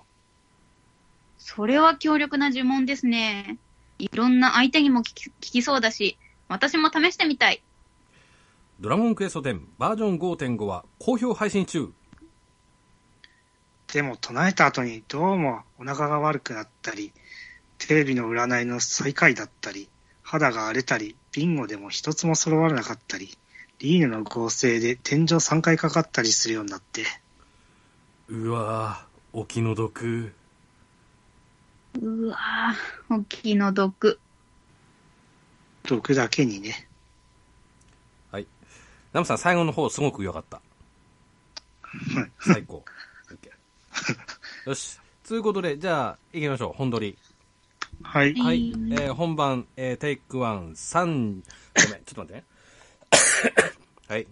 S5: それは強力な呪文ですね。いろんな相手にも効き効きそうだし、私も試してみたい。
S1: ドラゴンクエスト10バージョン5.5は好評配信中。
S2: でも唱えた後にどうもお腹が悪くなったり、テレビの占いの最下位だったり、肌が荒れたり、ビンゴでも一つも揃わなかったり、リーヌの合成で天井3回かかったりするようになって、
S1: うわぁ、お気の毒。
S5: うわぁ、お気の毒。
S2: 毒だけにね。
S1: はい。ナムさん、最後の方すごく良かった
S2: はい。
S1: 最高。オッケーよし。ということで、じゃあ、行きましょう。本撮り。
S2: はい。
S1: はい。えー本番、えーテイクワン、三、ごめん、ちょっと待ってね。 はい。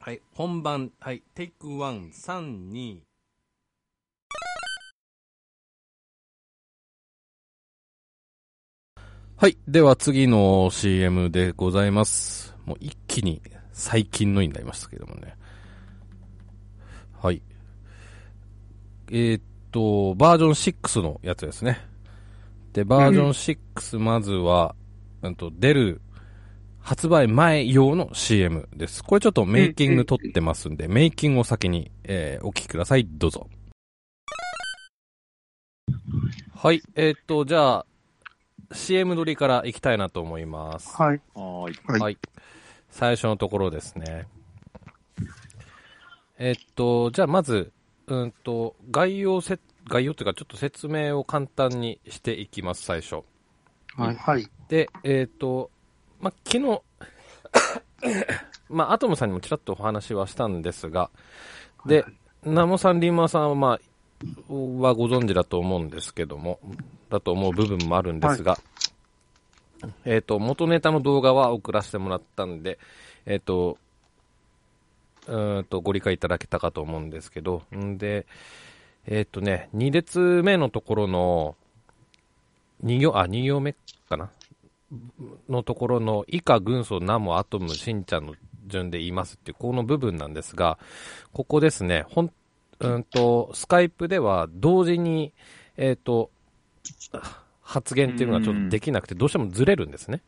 S1: はい。本番、はい。テイクワン、三、二。
S3: はい。では次の CM でございます。もう一気に最近のになりましたけどもね。はい。えーっと、バージョン6のやつですね。で、バージョン6、まずは、うんと、出る、発売前用の CM です。これちょっとメイキング撮ってますんで、メイキングを先に、えーお聞きください。どうぞ。はい。えーっと、じゃあ、CM 撮りから行きたいなと思います。
S2: はい。
S7: はい。
S2: はい
S3: はい。最初のところですね。えっと、じゃあまず、うんと、概要せ、概要というかちょっと説明を簡単にしていきます、最初。
S2: はい。はい。
S3: で、えっと、ま、昨日、 ま、アトムさんにもちらっとお話はしたんですが、で、ナモさん、リンマさんは、まあ、はご存知だと思うんですけども、
S1: だと思う部分もあるんですが、えっ、と、元ネタの動画は送らせてもらったんで、えっ、と、うーんと、ご理解いただけたかと思うんですけど、んで、えっ、とね、2列目のところの、2行、あ、2行目かなのところの、以下、軍曹、ナモ、アトム、しんちゃんの順で言いますっていう、この部分なんですが、ここですね、ほん、うんと、スカイプでは同時に、えっ、と、発言っていうのがちょっとできなくて、どうしてもずれるんですね。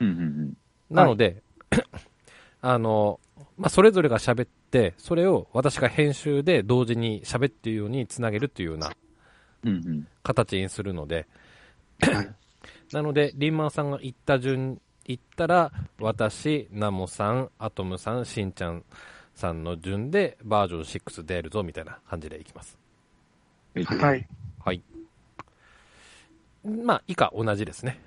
S7: うんうんうん。
S1: なので、 あの、まあ、それぞれが喋って、それを私が編集で同時に喋っていうようにつなげるというような
S7: うんうん。
S1: 形にするので
S2: はい、
S1: なので、リンマンさんが言った順、言ったら、私、ナモさん、アトムさん、しんちゃんさんの順でバージョン6出るぞみたいな感じでいきます。
S7: えっと
S2: は。い。
S1: はい。まあ、以下同じですね。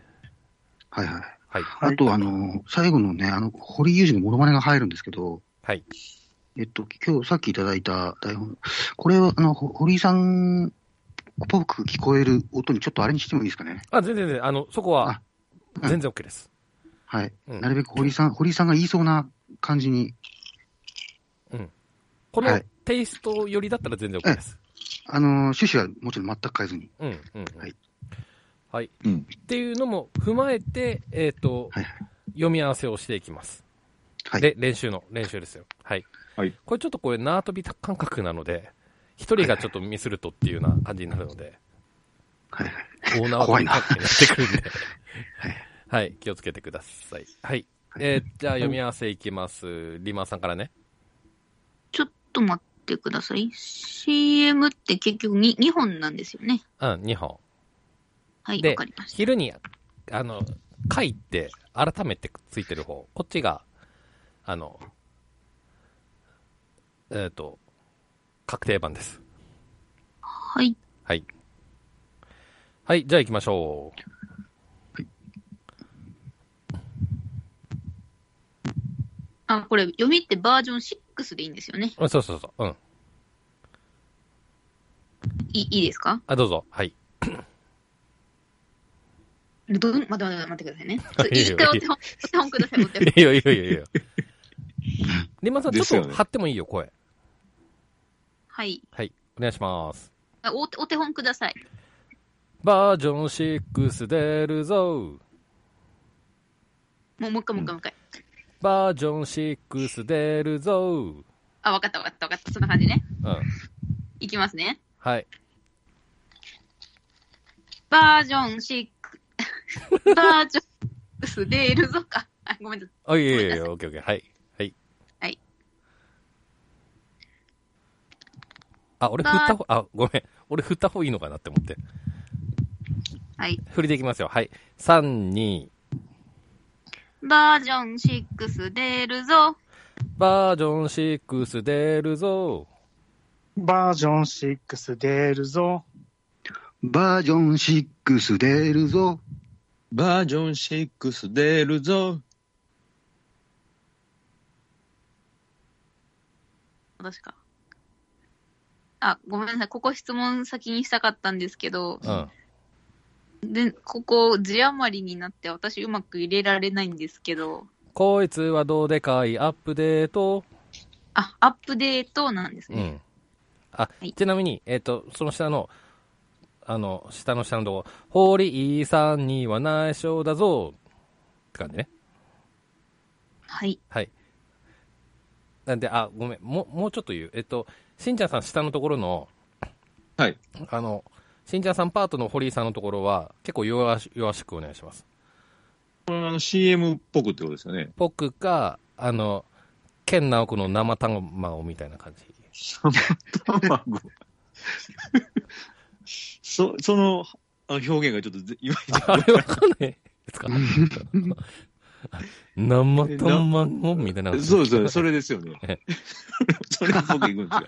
S8: はいはい。
S1: はい。
S8: あと、あの、最後のね、あの、堀裕二のモノマネが入るんですけど、
S1: はい。
S8: えっと、今日さっきいただいた台本、これは、あの、ほ堀井さんっぽく聞こえる音にちょっとあれにしてもいいですかね。
S1: あ、全然全然、あの、そこは
S8: あ、うん
S1: 全然 OK です。
S8: はい。
S1: うん
S8: なるべく堀井さん、堀井さんが言いそうな感じに、
S1: こ
S8: は
S1: の
S8: い
S1: テイストよりだったら全然 OK です。
S8: あの、趣旨はもちろん全く変えずに。
S1: うん、うん、うん
S8: はい。
S1: はい。
S7: うん。
S1: っていうのも踏まえて、えっ、と、
S8: はい
S1: 読み合わせをしていきます。
S8: はい
S1: で、練習の、練習ですよ。はい。
S7: はい
S1: これちょっとこれ縄跳び感覚なので、一人がちょっとミスるとっていうような感じになるので、
S8: はいはい。
S1: 大縄跳び感覚になってくるん で。はい、気をつけてください。はい。えーじゃあ読み合わせいきます。リマーさんからね。
S6: ちょっと待ってください。CM って結局 2, 2本なんですよね。
S1: うん、2本。
S6: はい、
S1: で
S6: わかりました。
S1: 昼に、あの、書いて、改めてくっついてる方、こっちが、あの、えっ、と、確定版です。
S6: はい。
S1: はい。はい、じゃあ行きましょう。
S6: あ、これ読みってバージョン6でいいんですよね。
S1: うんそうそうそう。うん。
S6: いいいですか
S1: あ、どうぞ。はい。
S6: どん、まだまだ待ってくださいね。
S1: いいよ
S6: 一回お手本、お手本ください、お手本。
S1: いいよ、いいよ、いいよいいよ。リンマンさん、ち
S7: です
S1: ょ
S7: よ
S1: っ
S7: ね
S1: と張ってもいいよ、声。
S6: はい。
S1: はい。お願いします。
S6: あお手お手本ください。
S1: バージョン6出るぞ。
S6: もう、もう一回、もう一回、もう一回。
S1: バージョン6出るぞ。うん。
S6: あ、わかった、わかった、わかった。そんな感じね。いきますね。
S1: はい。
S6: バージョン6。バージョン6でいるぞか。あ、ごめんなさい。
S1: あ、いえいえいえ、オッケーオッケー。はい。はい。
S6: はい。
S1: あ、俺振った方、あ、ごめん。俺振った方いいのかなって思って。
S6: はい。
S1: 振りでいきますよ。はい。3、2、
S6: バージョン6でいるぞ。
S1: バージョン6出るぞ。
S2: バージョン6出るぞ。
S8: バージョン6出るぞ。
S7: バージョン6出るぞ。
S6: 私か。あ、ごめんなさい。ここ質問先にしたかったんですけど、
S1: うん。
S6: で、ここ字余りになって私うまく入れられないんですけど、
S1: こいつはどうでかいアップデート。
S6: あ、アップデートなんです
S1: う
S6: ね。
S1: ん。あ、
S6: はい
S1: ちなみに、えっ、と、その下の、あの、下の下のとこ、ホーリーさんには内緒だぞ。って感じね。
S6: はい。
S1: はい。なんで、あ、ごめん、もう、もうちょっと言う。えっと、しんちゃんさん下のところの、
S7: はい。
S1: あの、しんちゃんさんパートの堀井さんのところは、結構弱し、弱しくお願いします。
S7: これはあの CM っぽくってことですよね。
S1: 僕か、あの、ケンナオコの生卵みたいな 感じ。
S7: 卵。 そ、その、あの表現がちょっとぜ、いまいち
S1: あれわかんないで すか生卵みたいな。
S7: そうですよね。それですよね
S1: え。
S7: それっぽくいくんですか。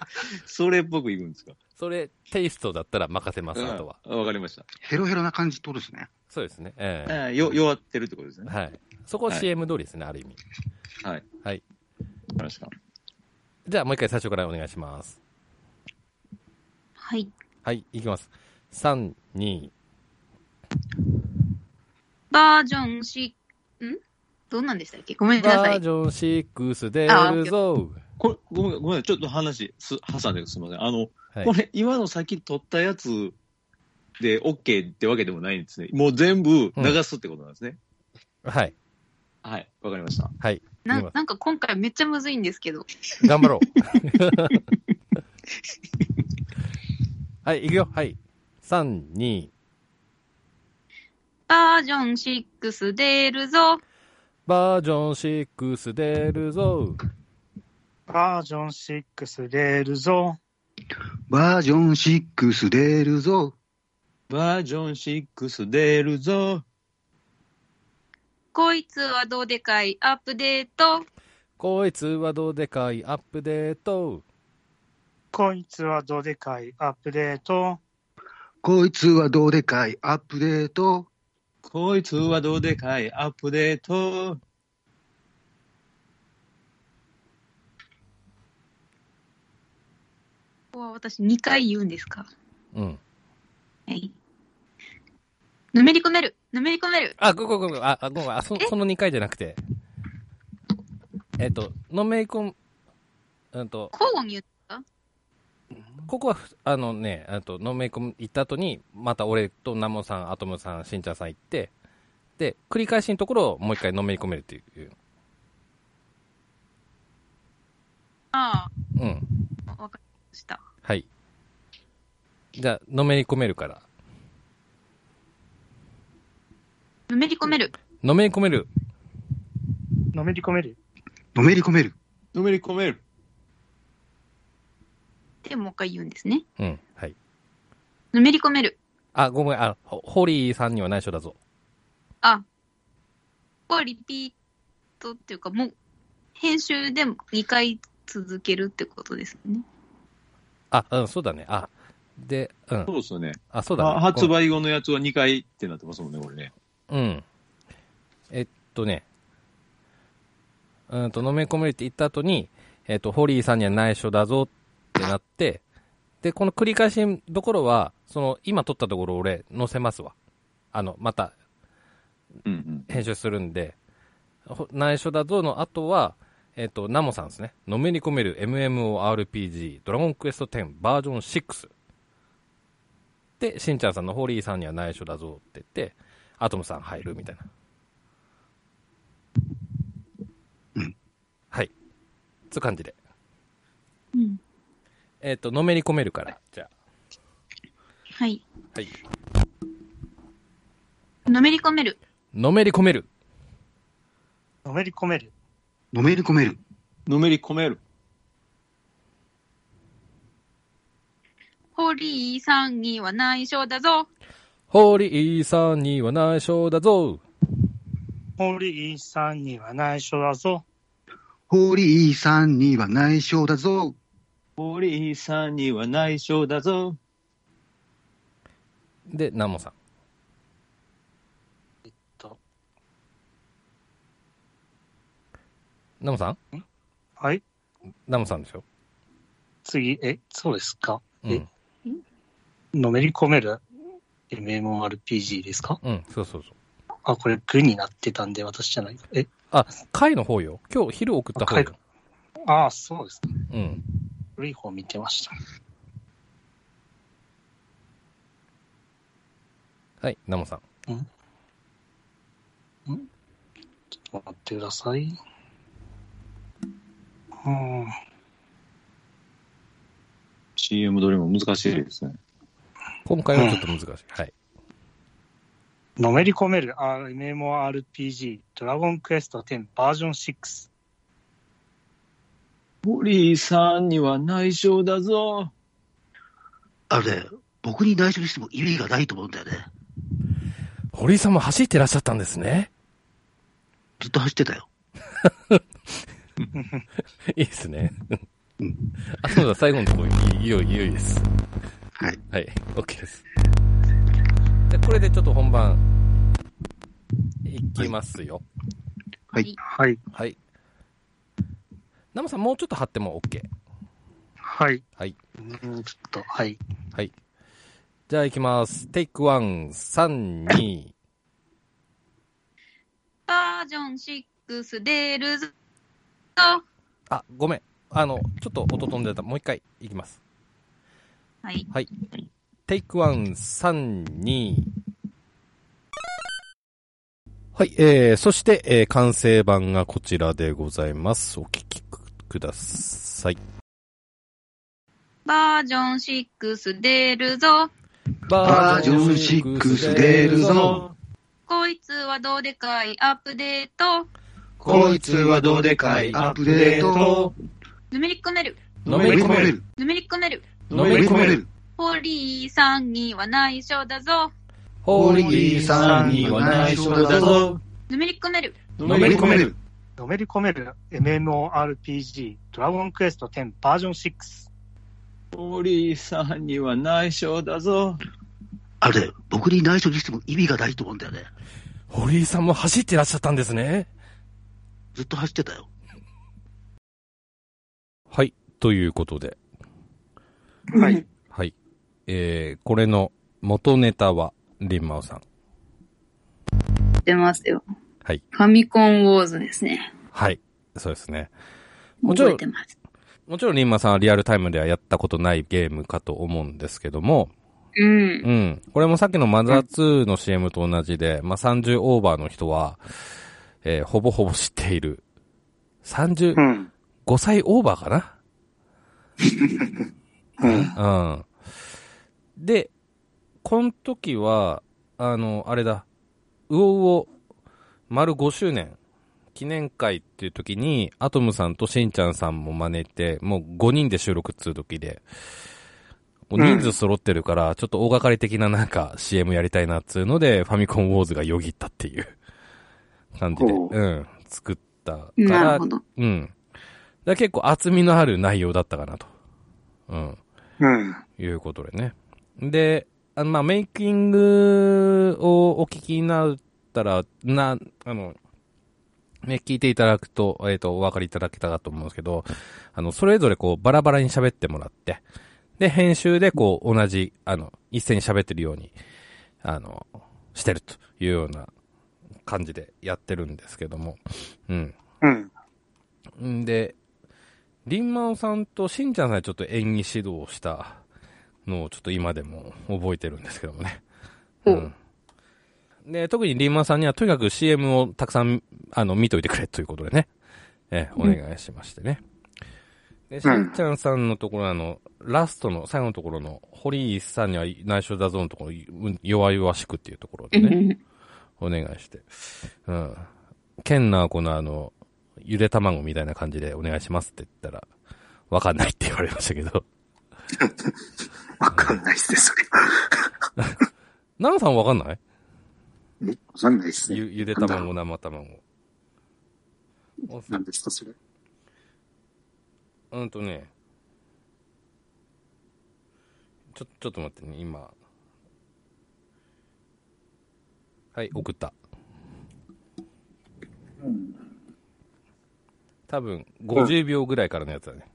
S7: それっぽくいくんですか。
S1: それ、テイストだったら任せます、あとは。
S7: うんわかりました。
S8: ヘロヘロな感じってことですね。
S1: そうですね。ええ
S7: あーよ、弱ってるってことですね。わか
S1: はい。そこは
S7: はい
S1: CM 通りですね、ある意味。
S7: はい。
S1: はい。
S7: りました。
S1: じゃあ、もう一回最初からお願いします。
S6: はい。
S1: はい、いきます。3、2、
S6: バージョンし、んどんなんでしたっけごめんなさ
S1: バー
S6: い。
S1: ジョン6出
S6: あ
S1: るぞ。
S7: これ、ごめん、ごめん、ちょっと話す、挟んですみません。あの、
S1: はい
S7: これ、今の先取ったやつで OK ってわけでもないんですね。もう全部流すってことなんですね。
S1: はい。
S7: はい、わかりました。
S6: ななんか今回めっちゃむずいんですけど。
S1: 頑張ろう。 はい、いくよ。はい。3、2、
S6: バージョン6出るぞ。
S1: バージョン6出るぞ。
S9: バージョン6出るぞ。
S8: バージョン6出るぞ。
S7: バージョン6出るぞ。
S6: こいつはどうでかいアップデート。
S1: こいつはどうでかいアップデート。
S9: こいつはどでかいアップデート。
S8: こいつはどうでかいアップデート。
S7: こいつはどうでかいアップデート。
S6: ここは私2回言うんですか
S1: うん。
S6: はい。ぬめり込める。ぬめり込める。
S1: あ、ごめんごめん。あ、あごめん。あ、そその2回じゃなくて。えっと、のめいこん、うんと、
S6: 交互に言う。
S1: ここはふ、あのね、あと、ノーメイク行った後に、また俺とナモさん、アトムさん、しんちゃんさん行って、で、繰り返しのところをもう一回のめり込めるっていう。
S6: あ
S1: うん。
S6: あ、わかりました。
S1: はい。じゃあ、のめり込めるから。
S6: ぬめり込める。
S1: のめり込める。
S9: のめり込める。
S8: のめり込める。
S7: のめり込める。
S6: で、もう一回言うんですね。
S1: うん。はい。
S6: ぬめり込める。
S1: あ、ごめん、あ、ホホリーさんには内緒だぞ。
S6: あ、これリピートっていうか、もう、編集でも2回続けるってことですね。
S1: あ、うん、そうだね。あ、で、うん
S7: そ。うですよね。
S1: あ、そうだ、ね。
S7: あ発売後のやつは2回ってなってますもんね、これね。
S1: うん。えっとね、うんと、飲み込めるって言った後に、えっと、ホリーさんには内緒だぞってなって、で、この繰り返しどころは、その、今撮ったところ俺、載せますわ。あの、また、
S7: うんうん。
S1: 編集するんで、ほ内緒だぞの後は、えっと、ナモさんですね。のめり込める MMORPG ドラゴンクエスト10バージョン6。で、しんちゃんさんのホリーさんには内緒だぞって言って、アトムさん入るみたいな。はい。つう感じで。
S6: うん。
S1: えっ、と、のめり込めるから。じゃ
S6: はい。
S1: あ。はい。
S6: ぬめり込める。
S1: のめり込める。
S9: のめり込める。
S8: のめり込める。
S7: のめり込める。
S6: ホリーさんには内緒だぞ。
S1: ホリーさんには内緒だぞ。
S9: ホリーさんには内緒だぞ。
S8: ホリーさんには内緒だぞ。
S7: ホリーさんには内緒だぞ。
S1: で、ナモさん。
S9: と
S1: ナモさん
S9: はい。
S1: ナモさんですよ。
S9: 次、え、そうですか
S1: う
S9: え
S1: ん。
S9: のめり込める MMORPG ですか
S1: うん、そうそうそう。
S9: あ、これ、グになってたんで、私じゃない。え、
S1: あ、回の方よ。今日昼送った方
S9: あ
S1: よ
S9: 回。ああ、そうですね。
S1: うん。
S9: 古い方見てました。
S1: はい、ナモさん。
S9: ちょっと待ってください。うん。
S7: CM 撮りも難しいですね。
S1: 今回はちょっと難しい。はい。
S9: のめり込める MMORPG ドラゴンクエスト10バージョン6。
S7: ホリーさんには内緒だぞ。
S8: あのね、僕に内緒にしても意味がないと思うんだよね。
S1: 堀井さんも走ってらっしゃったんですね。
S8: ずっと走ってたよ。
S1: いいですね。あ、そうだ、最後のとこ、いいよ、いいよ、いいです。
S8: はい。
S1: はい、OK です。じゃあこれでちょっと本番、いきますよ。
S9: はい。
S1: はい。ナムさん、もうちょっと貼っても OK。
S9: はい。
S1: はい。
S9: うんちょっと、はい。
S1: はい。じゃあ行きます。テイクワン、3、2。
S6: バージョン6出るぞ。
S1: あ、ごめん。あの、ちょっと音飛んでた。もう一回行きます。
S6: はい。
S1: テイクワン、3、2。はい、えー、そして、えー、完成版がこちらでございます。お聞きください。
S6: バージョン6出るぞ。
S8: バージョン6出るぞ。
S6: こいつはどうでかいアップデート。
S8: こいつはどうでかいアップデート。
S6: ぬめり込める。
S1: の
S8: めり込める。
S6: ぬめり込める。
S1: の
S8: のめり込める。
S6: ホリーさんには内緒だぞ。
S8: ホリーさんには内緒だぞ。
S6: ぬめり込める。
S8: のめり込める。
S9: のめり込める MMORPG ドラゴンクエスト10バージョン6。
S7: オリーさんには内緒だぞ。
S8: あれ、僕に内緒にしても意味がないと思うんだよね。
S1: 堀井さんも走ってらっしゃったんですね。
S8: ずっと走ってたよ。
S1: はい、ということで。
S9: はい。
S1: はい。えー、これの元ネタは、リンマオさん。
S3: 出ますよ。
S1: はい。
S3: ファミコンウォーズですね。
S1: はい。そうですね。もちろ
S3: 覚
S1: ん
S3: えてます。
S1: もちろんリンマさんはリアルタイムではやったことないゲームかと思うんですけども、
S3: うん。
S1: うん。これもさっきのマザー2の CM と同じで、まあ、30オーバーの人は、えーほぼほぼ知っている。35
S2: うん。
S1: 歳オーバーかな
S2: う
S1: う
S2: ん。
S1: ん。で、この時は、あの、あれだ、うおうお、丸5周年、記念会っていう時に、アトムさんとしんちゃんさんも招いて、もう5人で収録っつう時で、もう人数揃ってるから、ちょっと大掛かり的ななんか CM やりたいなっつうので、ファミコンウォーズがよぎったっていう感じで、
S2: ほう
S1: うん、作ったか
S3: なる
S1: ら
S3: ほ、ど。
S1: うん。だから結構厚みのある内容だったかなと。うん。
S2: うん。
S1: いうことでね。で、あのまあ、メイキングをお聞きになったら、な、あの、ね、聞いていただくと、えっ、と、お分かりいただけたかと思うんですけど、あの、それぞれこう、バラバラに喋ってもらって、で、編集でこう、同じ、あの、一斉に喋ってるように、あの、してるというような感じでやってるんですけども、うん。
S2: うん。
S1: んで、リンマオさんとしんちゃんさんにちょっと演技指導をしたのをちょっと今でも覚えてるんですけどもね。
S3: ほう
S1: うん。で、特にリンマオさんにはとにかく CM をたくさん、あの、見といてくれということでね。ええ、お願いしましてね。で、しんちゃんさんのところあの、ラストの、最後のところの、堀井さんには内緒だぞのところ、うん弱々しくっていうところでね。お願いして。うん。ケンナーこのあの、ゆで卵みたいな感じでお願いしますって言ったら、わかんないって言われましたけど。
S2: わかんないっすね、それ。
S1: ナナさんわかんない
S2: えわかんないっすね。
S1: ゆ、ゆで卵、生卵。
S2: なんですか、それ。
S1: うんとね。ちょ、ちょっと待ってね、今。はい、送った。多分、50秒ぐらいからのやつだね。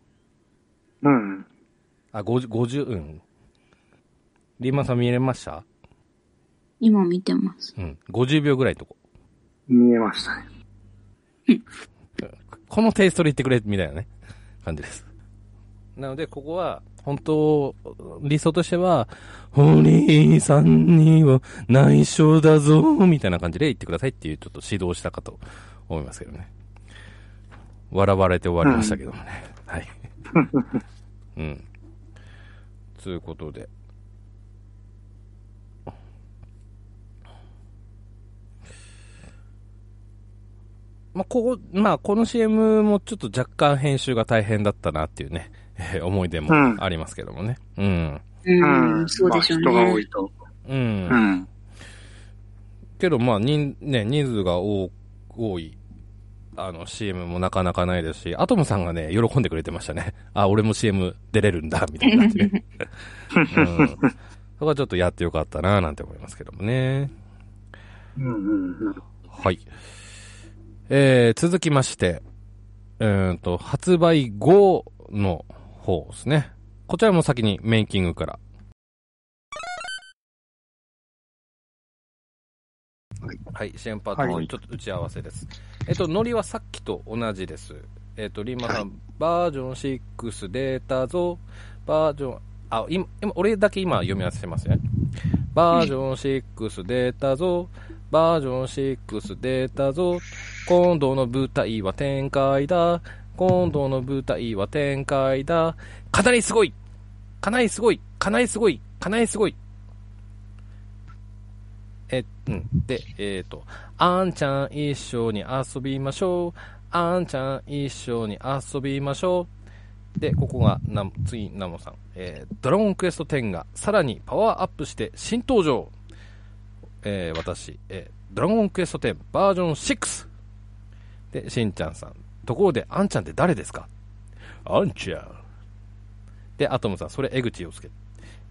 S2: うん。
S1: あ、50、50、うん。リーマンさん見れました
S3: 今見てます。
S1: うん。50秒ぐらいのとこ。
S2: 見えましたね。
S1: このテイストで言ってくれ、みたいなね、感じです。なので、ここは、本当、理想としては、ホリーさんには内緒だぞ、みたいな感じで言ってくださいっていう、ちょっと指導したかと思いますけどね。笑われて終わりましたけどもね。はい。うん。ということで。まあ、ここ、まあ、この CM もちょっと若干編集が大変だったなっていうね、えー思い出も
S2: うん
S1: ありますけどもね。うん。
S3: うん、そうでしょうね。
S2: まあ、人が多いと。
S1: うん。
S2: うん。
S1: けど、まあ、人、ね、人数が多、多い、あの、CM もなかなかないですし、アトムさんがね、喜んでくれてましたね。あ、俺も CM 出れるんだ、みたいな感じで。うん。そこはちょっとやってよかったな、なんて思いますけどもね。
S2: うんうんうん。
S1: はい。えー、続きまして、うーんと、発売後の方ですね。こちらも先にメイキングから。はい、支援パートの
S8: はい
S1: ちょっと打ち合わせです。えっと、ノリはさっきと同じです。えっと、リンマさん、
S8: はい
S1: バージョン6出たぞ、バージョン、あ、今、今俺だけ今読み合わせしてますね。バージョン6出たぞ、バージョン6出たぞ、今度の舞台は展開だ、今度の舞台は展開だ、かなりすごいかなりすごいかなりすごいかなりすごいえ、うん。で、えっ、と、あんちゃん一緒に遊びましょう。あんちゃん一緒に遊びましょう。で、ここが、な、次、ナモさん。えードラゴンクエスト10がさらにパワーアップして新登場。えー私、えードラゴンクエスト10バージョン6。で、しんちゃんさん。ところで、あんちゃんって誰ですかあんちゃん。で、アトムさん、それ江口洋介。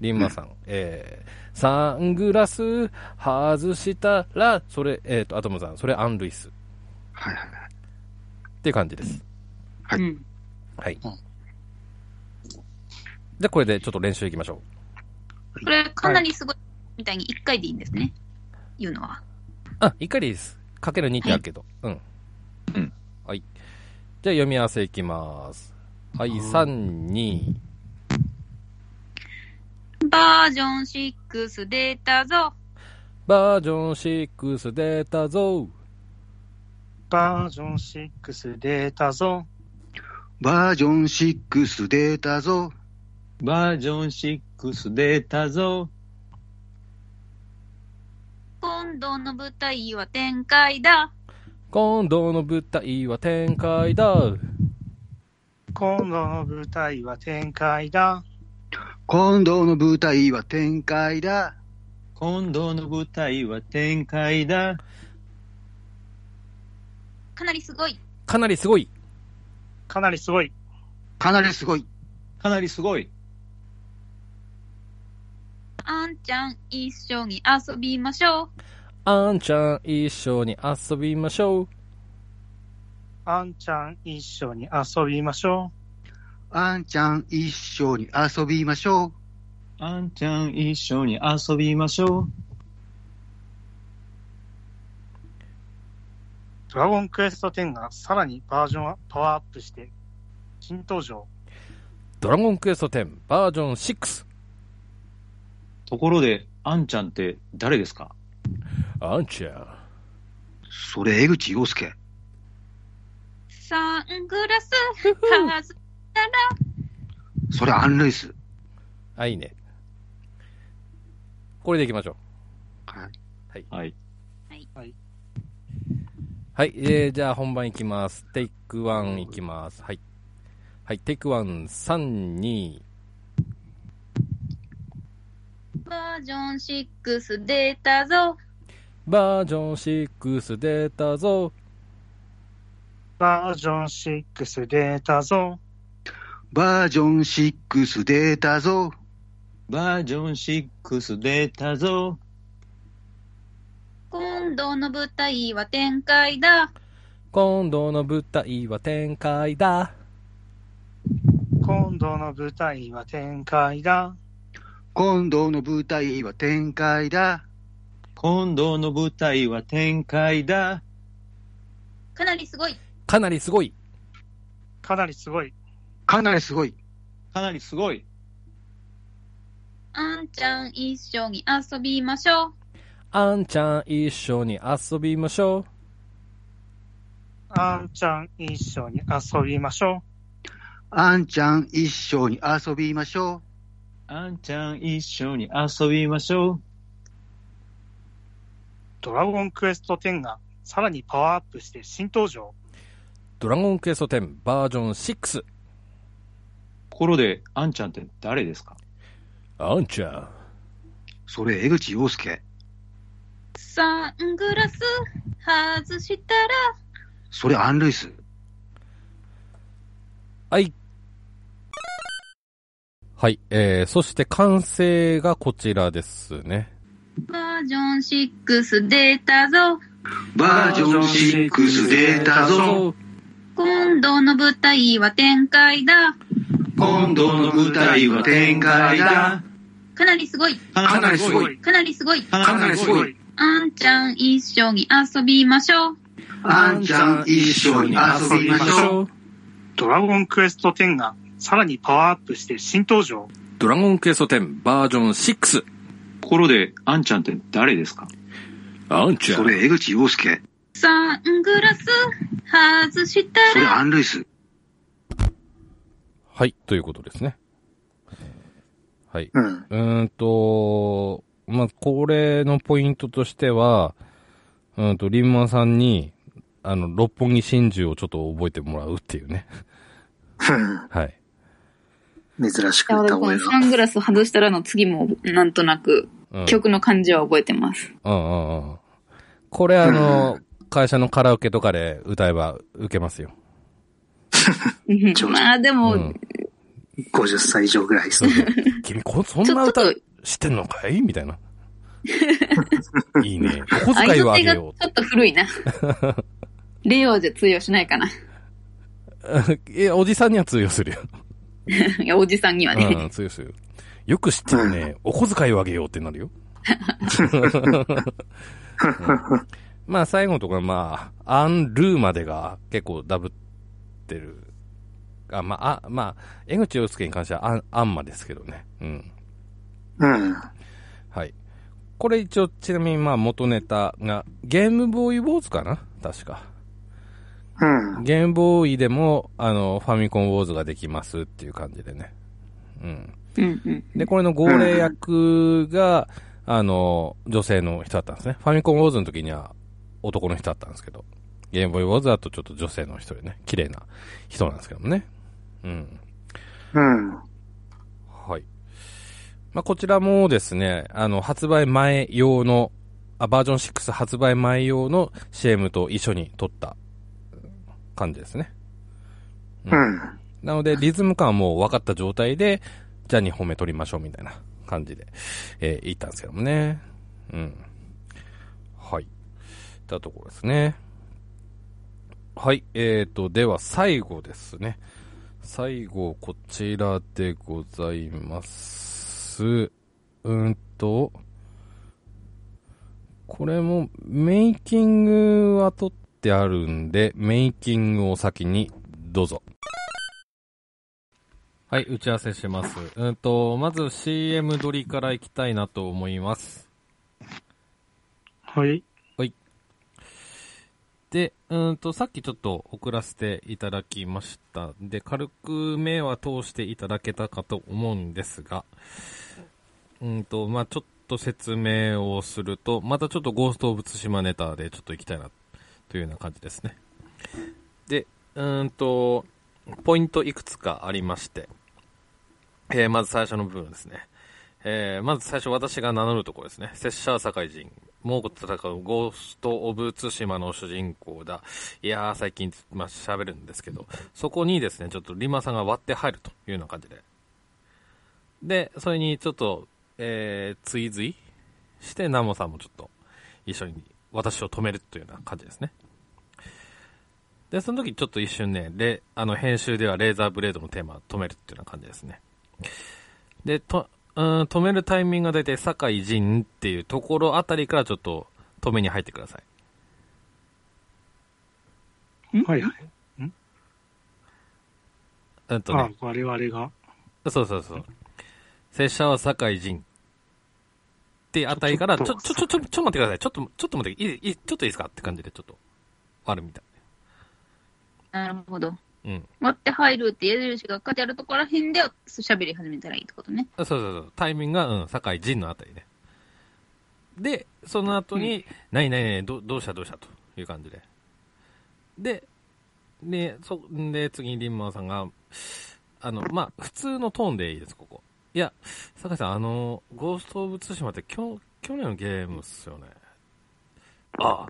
S1: リンマさん、えーサングラス外したら、それ、えっ、と、アトムさん、それアン・ルイス。
S8: はいはいはい。
S1: っていう感じです。
S8: はい
S6: うん。
S1: はい。
S8: うん
S1: じゃあ、これでちょっと練習いきましょ
S6: これかなりすごいみたいに1回でいいんですね。言うのは。
S1: う。あ、一回でいいです。かける2ってあるけど。うん。
S7: うん。
S1: はい。じゃあ、読み合わせいきます。はい、3、2、
S6: バージョン6出たぞ。
S1: バージョン6出たぞ。
S9: バージョン6出たぞ。
S8: バージョン6出たぞ。
S7: バージョン6出たぞ。
S6: 今度の舞台は展開だ。
S1: 今度の舞台は展開だ。
S9: 今度の舞台は展開だ。
S8: 今度の舞台は展開だ。
S7: 今度の舞台は展開だ。
S6: かなりすごい。
S1: かなりすごい。
S9: かなりすごい。
S8: かなりすごい。
S7: かなりすごい。
S6: あんちゃん一緒に遊びましょう。
S1: あんちゃん一緒に遊びましょう。
S9: あんちゃん一緒に遊びましょ
S8: あんちゃん一緒に遊びましょう。
S7: あんちゃん一緒に遊びましょ
S9: う。ドラゴンクエスト10がさらにバージョンアパワーアップして、新登場。
S1: ドラゴンクエスト10バージョン6。
S7: う。ところで、あんちゃんって誰ですか
S1: あんちゃん。
S8: それ、江口洋介。
S6: サングラス外したら、
S8: それ、アン・ルイス。
S1: あ、いいね。これでいきましょう。
S8: はい。
S7: はい。
S1: はい、えー、じゃあ本番いきます。テイクワンいきます。はい。はい、テイクワン、3、2、
S6: バージョン6出たぞ。
S1: バージョン6出たぞ。
S9: バージョン6出たぞ。
S8: バージョン6出たぞ。
S7: バージョン6出たぞ。
S6: 今度の舞台は展開だ。
S1: 今度の舞台は展開だ。
S9: 今度の舞台は展開だ。
S8: 今度の舞台は展開だ。
S7: 今度の舞台は展開だ。
S6: かなりすごい。
S1: かなりすごい。
S9: かなりすごい。
S8: かなりすごい。
S7: かなりすごい。
S6: あんちゃん一緒に遊びましょう。
S1: あんちゃん一緒に遊びましょう。
S9: あんちゃん一緒に遊びましょ
S8: あんちゃん一緒に遊びましょう。
S7: あんちゃん一緒に遊びましょう。
S9: う。ドラゴンクエスト10がさらにパワーアップして新登場。
S1: ドラゴンクエスト10バージョン6。
S7: ところで、あんちゃんって誰ですか
S1: あんちゃん。
S8: それ、江口洋介。
S6: サングラス外したら、
S8: それ、アン・ルイス。
S1: はい。はい、えー、そして完成がこちらですね。
S6: バージョン6出たぞ。
S8: バージョン6出たぞ。
S6: 今度の舞台は展開だ。
S8: 今度の舞台は展開だ。
S6: かなりすごい。
S7: か
S8: なりすご
S7: い。
S6: かなりすごい。
S7: かなりすごい。
S6: あんちゃん一緒に遊びましょう。
S8: あんちゃん一緒に遊びましょう。
S4: う。
S9: ドラゴンクエスト10がさらにパワーアップして新登場。
S4: ドラゴンクエスト10バージョン6。
S7: ところで、あんちゃんって誰ですか
S4: あんち
S8: それ、江口洋介。
S6: サングラス外した
S8: それ、
S6: ら、
S8: アン・ルイス。
S1: はい、ということですね。はい。
S2: うん。
S1: うーんと、まあ、これのポイントとしては、うーんと、リンマンさんに、あの、六本木真珠をちょっと覚えてもらうっていうね。はい。
S2: 珍しく
S3: や、
S2: 歌
S3: こ
S2: 声
S3: の
S2: が。
S3: サングラス外したらの次も、なんとなく、
S1: うん、
S3: 曲の感じは覚えてます。
S1: うんうんうん。これあの、会社のカラオケとかで歌えば受けますよ。
S3: うん
S2: ちょ
S3: まあでも、
S1: うん
S2: 50歳以上ぐらいですね。
S1: 君こ、そん
S3: ち
S1: な
S3: ょっ
S1: 歌
S3: と、
S1: 知ってんのかいみた いな。いいね。お小
S3: 相
S1: 遣いをあ
S3: 手
S1: げ
S3: がちょ
S1: よ
S3: っと古 いな。令和じゃ通用しないかな。
S1: う。いや、おじさんには通用するよ。
S3: いや、おじさんにはね。
S1: うん、通用するよ。よく知ってるね。お小遣いをあげようってなるよ。うんまあ最後のとか、まあ、アンルーまでが結構ダブってる。あ、まあ、あまあ、江口洋介に関してはアン、アンマですけどね。うん。
S2: うん。
S1: はい。これ一応、ちなみにまあ元ネタが、ゲームボーイウォーズかな確か。
S2: うん。
S1: ゲームボーイでも、あの、ファミコンウォーズができますっていう感じでね。うん。
S3: うんうん。
S1: で、これの号令役が、あの、女性の人だったんですね。ファミコンウォーズの時には男の人だったんですけど、ゲームボーイウォーズだとちょっと女性の人でね、綺麗な人なんですけどもね。うん。
S2: うん。
S1: はい。まあ、こちらもですね、あの、発売前用の、あ、バージョン6発売前用の CM と一緒に撮った感じですね。
S2: うん。
S1: なので、リズム感はもう分かった状態で、じゃあ2本目取りましょうみたいな感じで、えー、行ったんですけどもね。うん。はい。だところですね。はい。えーと、では最後ですね。最後、こちらでございます。うーんと、これもメイキングは取ってあるんで、メイキングを先にどうぞ。はい、打ち合わせします。うんと、まず CM 撮りから行きたいなと思います。
S9: はい。
S1: で、うんと、さっきちょっと送らせていただきました。で、軽く目は通していただけたかと思うんですが、うんと、まあちょっと説明をすると、またちょっとゴースト・オブ・ツシマネタでちょっと行きたいな、というような感じですね。で、うんと、ポイントいくつかありまして、えーまず最初の部分ですね。えーまず最初私が名乗るところですね。拙者は堺人。猛虎と戦うゴースト・オブ・ツシマの主人公だ。いやー、最近、まあ、喋るんですけど、そこにですね、ちょっとリマさんが割って入るというような感じで。で、それにちょっと、えー、追随して、ナモさんもちょっと、一緒に私を止めるというような感じですね。で、その時ちょっと一瞬ね、レあの、編集ではレーザーブレードのテーマを止めるっていうような感じですね。で、と、うん、止めるタイミングが大体、酒井仁っていうところあたりからちょっと止めに入ってください。
S9: はいはい。
S1: うんと
S9: あ
S1: ね、、
S9: 我々が。
S1: そうそうそう。拙者は酒井仁。ってあたりから、ちょ、ちょ、ちょ、ちょ、ちょ、待ってください。ちょっと、ちょっと待って、いい、いい、ちょっといいですかって感じで、ちょっと、割るみたい。
S6: なるほど。
S1: うん。
S6: 割って入るって矢印が書いてあるところら辺で喋り始めたらいいってことね。
S1: そうそうそう。タイミングが、うん、酒井仁のあたりね。で、その後に、ないないない、どどうしたどうしたという感じで。で、で、そ、で、次にリンマーさんが、あの、まあ、普通のトーンでいいです、ここ。いや、酒井さん、あの、ゴースト・オブ・ツシマってきょ去年のゲームっすよね。あ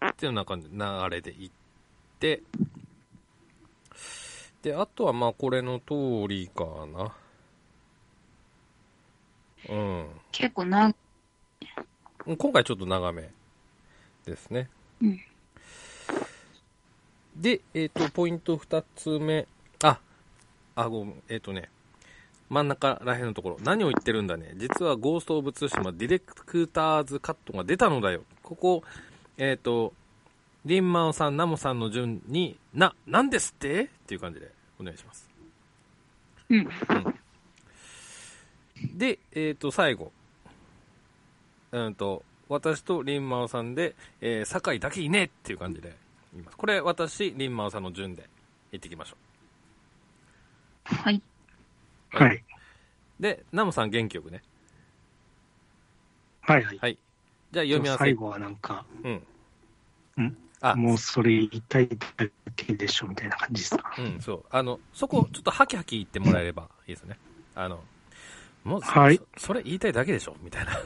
S1: あ。っていうような感じで流れでいって、で、あとはまあ、これの通りかな。うん。
S6: 結構な、
S1: 今回ちょっと長めですね。
S6: うん
S1: で、えっ、と、ポイント2つ目。あ、あ、ごめん、えっ、とね、真ん中らへんのところ。何を言ってるんだね。実はゴースト・オブ・ツーシマディレクターズカットが出たのだよ。ここ、えっ、と、リンマオさん、ナモさんの順に、な、なんですってっていう感じでお願いします。
S6: うん
S1: うんで、えっ、と、最後。うんと、私とリンマオさんで、えー、酒井だけいねえっていう感じで言います。これ、私、リンマオさんの順で行ってきましょう。
S6: はい。
S9: はい。
S1: で、ナムさん元気よくね。
S9: はいはい。
S1: はい。じゃあ読み合わせ。
S9: 最後はなんか、
S1: うん。
S9: うん
S1: あ、
S9: もうそれ言いたいだけでしょみたいな感じですか。
S1: うん、そう。あの、そこ、ちょっとハキハキ言ってもらえればいいですね。あの、もう、
S9: はい
S1: そ、それ言いたいだけでしょみたいな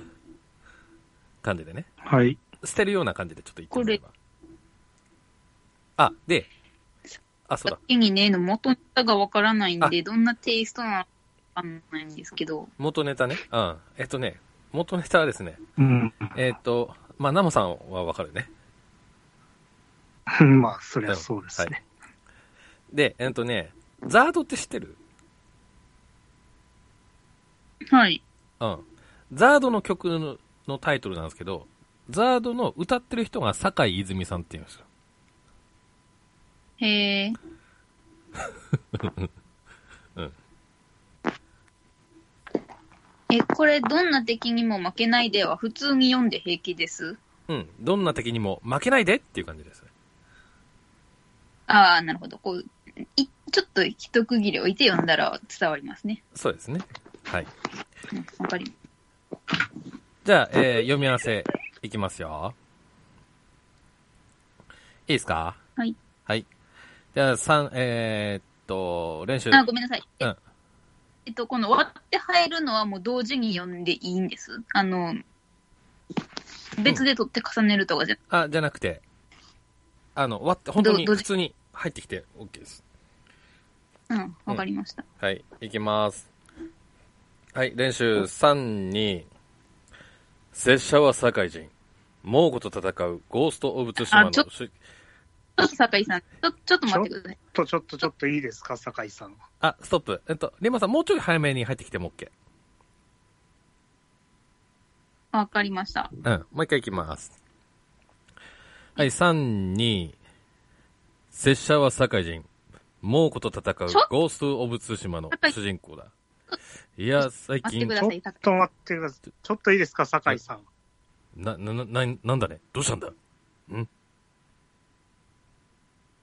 S1: 感じでね。
S9: はい。
S1: 捨てるような感じでちょっと言ってもらえれば。あ、で、あ、そうだ
S6: だ。けにね、の元ネタがわからないん
S1: あ
S6: で、どんなテイストなのかわかんないんですけど、
S1: 元ネタね。うん。えっとね、元ネタはですね、
S9: うん。
S1: えっと、まあ、ナムさんはわかるね。
S9: まあ、そりゃそうですね。
S1: で、えっとね、ザードって知ってる
S6: はい。
S1: うん。ザードの曲ののタイトルなんですけど、ザードの歌ってる人が坂井泉さんって言うんですよ。
S6: へえ。
S1: うん
S6: え、これ、どんな敵にも負けないでは普通に読んで平気です。
S1: うん。どんな敵にも負けないでっていう感じですね。
S6: ああ、なるほど。こう、いちょっと一区切り置いて読んだら伝わりますね。
S1: そうですね。はい。
S6: うんわかります。
S1: じゃあ、えー読み合わせいきますよ。いいですか
S6: はい。
S1: はい。じゃあ、三、えーっと、練習。
S6: あ、ごめんなさい。え
S1: うん
S6: えっと、この割って入るのはもう同時に読んでいいんです。あの、別で取って重ねるとかじゃ、
S1: あ、じゃなくて、あの、割って、本当に
S6: ど
S1: 普
S6: どうじ
S1: 通に入ってきて OK です。
S6: うん、わかりました。
S1: はい、いきます。はい、練習3、2。拙者は堺人。猛虎と戦うゴースト・オブ・ツシマの
S6: あちょ
S1: 主
S6: ちょっと酒井さん、ちょ、ちょっと待ってください。
S9: ちょっと、ちょっと、ちょっといいですか、酒井さん。
S1: あ、ストップ。えっと、リンマさん、もうちょい早めに入ってきても OK。
S6: わかりました。
S1: うん、もう一回いきます。はい、3、2。拙者は堺人。猛虎と戦う
S6: ちょ
S1: ゴースト・オブ・ツシマの主人公だ。いや、最
S6: 待って
S1: 近
S6: く、だ
S9: ちょ
S6: さ
S9: っ
S6: い、酒井
S9: と待ってください。ちょっといいですか、酒井さん。
S1: な、な、な、ななんだねどうしたんだ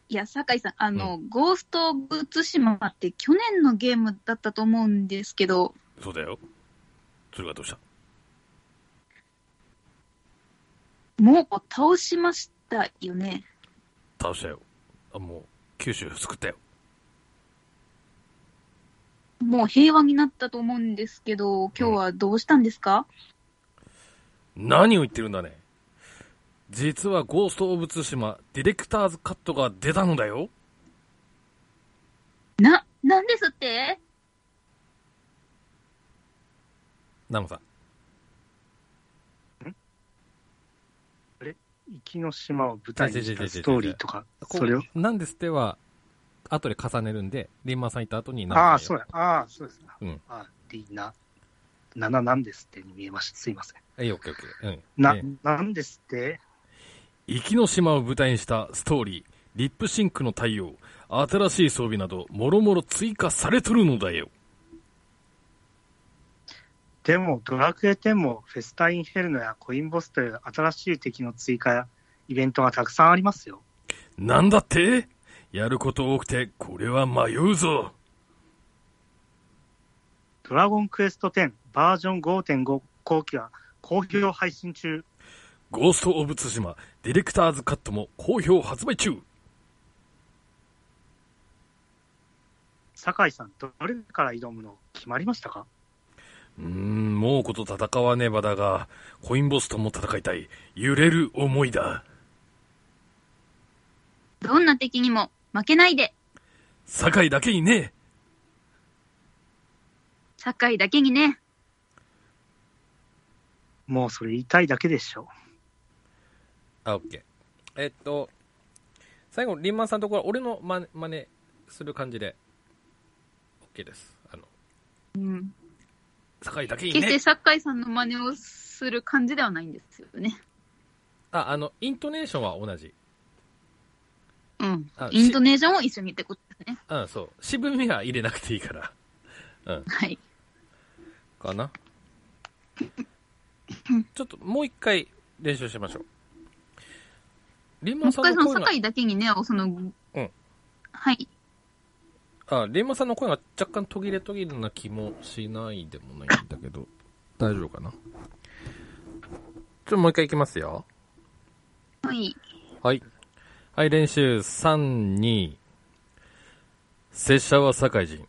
S6: いや、酒井さん、あの、ゴースト・オブ・ツシマって去年のゲームだったと思うんですけど、
S1: そうだよ。それがどうした
S6: もう倒しましたよね。
S1: 倒したよ。あ、もう、九州救ったよ。
S6: もう平和になったと思うんですけど、今日はどうしたんですか、
S1: 何を言ってるんだね。実はゴースト・オブ・ツシマ、ディレクターズカットが出たのだよ。
S6: な、なんですって
S1: ナムさん。
S9: 生きの島を舞台にしたストーリーとか、
S1: こう
S9: それを。
S1: なんですっては、後で重ねるんで、リンマさんいた後に
S9: ああ、
S1: ナム
S9: そ
S1: さん
S9: う
S1: や
S9: や。ああ、そうですね。
S1: うん
S9: あリーナ。なななんですってに見えました。すいません。
S1: え、オッケーオッケー。うん。
S9: な
S1: え、
S9: なんですって
S1: 生きの島を舞台にしたストーリー、リップシンクの対応、新しい装備など、もろもろ追加されとるのだよ。
S9: でも、ドラクエ10もフェスタ・インフェルノやコインボスという新しい敵の追加やイベントがたくさんありますよ。
S1: なんだってやること多くて、これは迷うぞ。
S9: ドラゴンクエスト10バージョン5.5後期は好評配信中。
S1: ゴースト・オブ・ツシマ、ディレクターズカットも好評発売中
S9: 酒井さん、どれから挑むの決まりましたか
S1: うーん、猛虎と戦わねばだが、コインボスとも戦いたい、揺れる思いだ。
S6: どんな敵にも負けないで、
S1: 酒井だけにね、
S6: 酒井だけにね。
S9: もうそれ言いたいだけでしょ。
S1: あ、オッケー。えっと、最後、リンマンさんのところは俺の真似真似する感じで、オッケーです。あの、
S6: うん。
S1: 酒井だけに
S6: 決して
S1: ね。
S6: 酒井さんの真似をする感じではないんですよね。
S1: あ、あの、イントネーションは同じ。
S6: うん
S1: あ。
S6: イントネーションを一緒にってことですね。
S1: うん、そう。渋みは入れなくていいから。
S6: はい。
S1: かな。 ちょっともう一回練習しましょう。リンマさ
S6: 酒井
S1: ん
S6: さ
S1: の
S6: ん、
S1: 声が
S6: 酒、井だけにね、その、はい。
S1: あ、リンマさんの声が若干途切れ途切れな気もしないでもないんだけど、大丈夫かな。ちょっともう一回いきますよ。
S6: はい。
S1: はい。はい、練習。3、2。拙者は堺人。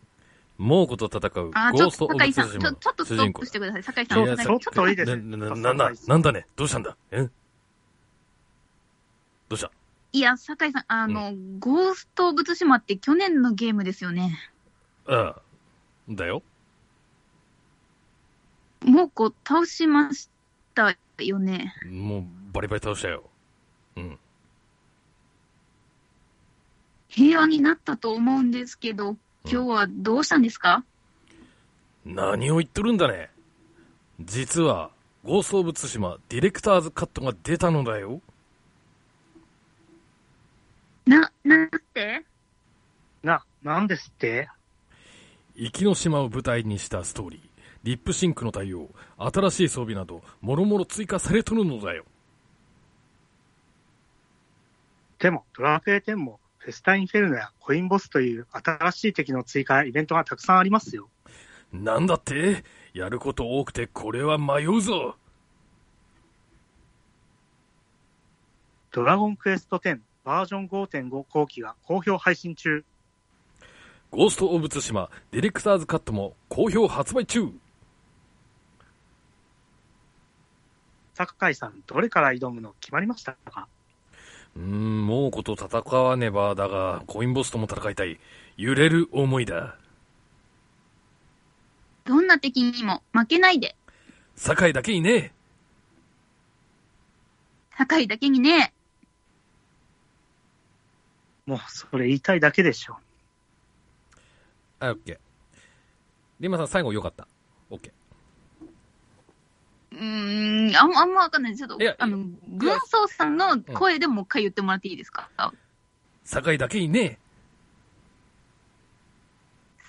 S1: 猛虎と戦う。ゴ
S6: あー、ちょ
S1: ー
S6: っ
S1: スト・オ
S6: と、
S1: ブ・
S6: 酒井さん、
S1: ツシ
S6: ちょ
S1: マ
S6: ちょっと
S1: 主
S6: スト
S1: 人
S6: ッ
S1: 公
S6: プし。てください。酒井さ
S9: ち
S6: ん、
S9: ょ
S6: お願
S9: っ
S6: い
S9: と
S6: し
S9: ちょ
S6: ま
S9: っといいです
S1: な、
S9: ね。
S1: な、な、なんだ、なんだね。どうしたんだえどうした
S6: いや、酒井さん、あの、ゴースト・オブ・ツシマって去年のゲームですよね。
S1: ああ。だよ。
S6: もうこう、倒しましたよね。
S1: もう、バリバリ倒したよ。うん。
S6: 平和になったと思うんですけど、今日はどうしたんですか、
S1: 何を言っとるんだね。実は、ゴースト・オブ・ツシマ、ディレクターズカットが出たのだよ。
S6: な、なんて
S9: な、なんですって
S1: 生きの島を舞台にしたストーリー、リップシンクの対応、新しい装備など、もろもろ追加されとるのだよ。
S9: でも、ドラクエ10も、フェスタインフェルノやコインボスという新しい敵の追加やイベントがたくさんありますよ。
S1: なんだってやること多くてこれは迷うぞ。
S9: ドラゴンクエスト10バージョン5.5後期が好評配信中。
S1: ゴースト・オブ・ツシマ、ディレクターズカットも好評発売中。
S9: 坂井さん、どれから挑むの決まりましたか
S1: うーん、猛虎と戦わねばだが、コインボスとも戦いたい。揺れる思いだ。
S6: どんな敵にも負けないで、
S1: 酒井だけにね。
S6: 酒井だけにね、
S9: もう、それ言いたいだけでしょ。
S1: あ、オッケー。リンマさん最後良かった。オッケ
S6: うーん、あんあんまわかんないです。ちょっ
S1: いや
S6: と、あの、軍曹さんの声でもう一回言ってもらっていいですか、
S1: ー。酒井だけにね。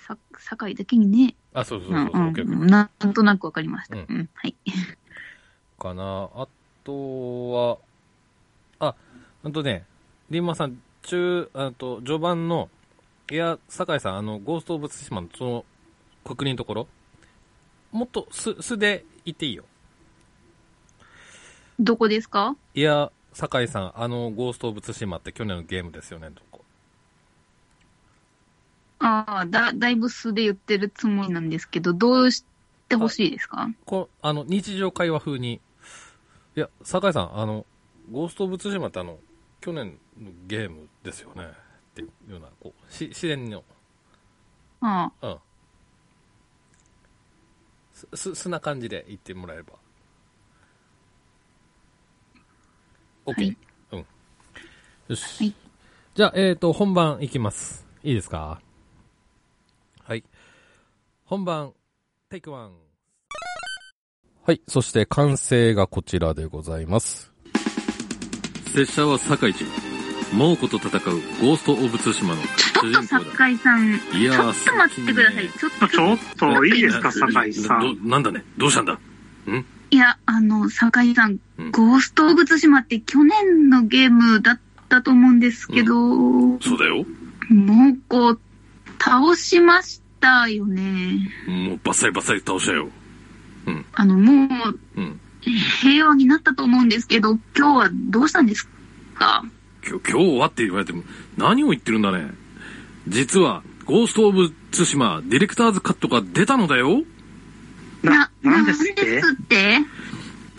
S6: さ酒井だけにね、
S1: あ、そうそう
S6: う
S1: そ
S6: ん
S1: うそう、オッケーオッケー
S6: うんなんとなくわかりました。
S1: う
S6: うんん、はい。
S1: かな。あとは、あ、ほんとね、リンマさん、中、あと、序盤の、いや、酒井さん、あの、ゴースト・オブ・ツシマのその、確認のところ、もっと素、素で言っていいよ。
S6: どこですか
S1: いや、酒井さん、あの、ゴースト・オブ・ツシマって去年のゲームですよね、とこ。
S6: ああ、だ、だいぶ素で言ってるつもりなんですけど、どうしてほしいですか
S1: こあの、日常会話風に、いや、酒井さん、あの、ゴースト・オブ・ツシマってあの、去年のゲームですよね、っていうような、こう、し、自然の、
S6: あ
S1: うん。す、す、素な感じで言ってもらえれば。OK、
S6: はい
S1: うん。よし。
S6: はい
S1: じゃあ、えっ、と、本番いきます。いいですかはい。本番、テイクワン。はい。そして、完成がこちらでございます。拙者は堺人。猛虎と戦うゴースト・オブ・ツシマの
S6: あ。ちょっと酒井さん、
S1: い
S6: ち
S1: やー
S6: ょっと待ってください。ちょっと、
S9: ちょっといいですか、
S1: な
S9: 酒井さん。
S1: どなんだねどうしたんだ
S6: いや、あの、酒井さん
S1: うん、
S6: ゴースト・オブ・ツシマって去年のゲームだったと思うんですけど、も
S1: そうだよ。
S6: うこう、倒しましたよね。
S1: もうバッサリバッサリ倒したよ。
S6: あの、もう、
S1: うん。
S6: 平和になったと思うんですけど、今日はどうしたんですか
S1: きょ今日はって言われても、何を言ってるんだね。実は、ゴースト・オブ・ツシマ、ディレクターズカットが出たのだよ。
S9: な、なんです
S6: なん
S9: って
S6: ですって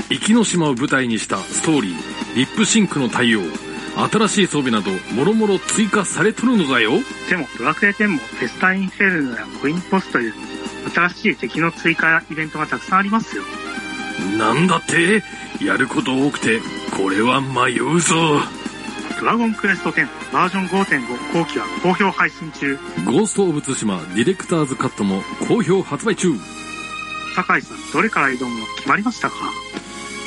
S1: 生きの島を舞台にしたストーリー、リップシンクの対応、新しい装備など、もろもろ追加されとるのだよ。
S9: でも、ドラクエ10もフェスタインフェルノやコインポスという新しい敵の追加やイベントがたくさんありますよ。
S1: なんだってやること多くて、これは迷うぞ。
S9: ドラゴンクエスト10バージョン5.5後期は好評配信中。
S1: ゴースト・オブ・ツシマディレクターズ・カットも好評発売中う
S9: 酒井さん、どれから挑むの決まりましたか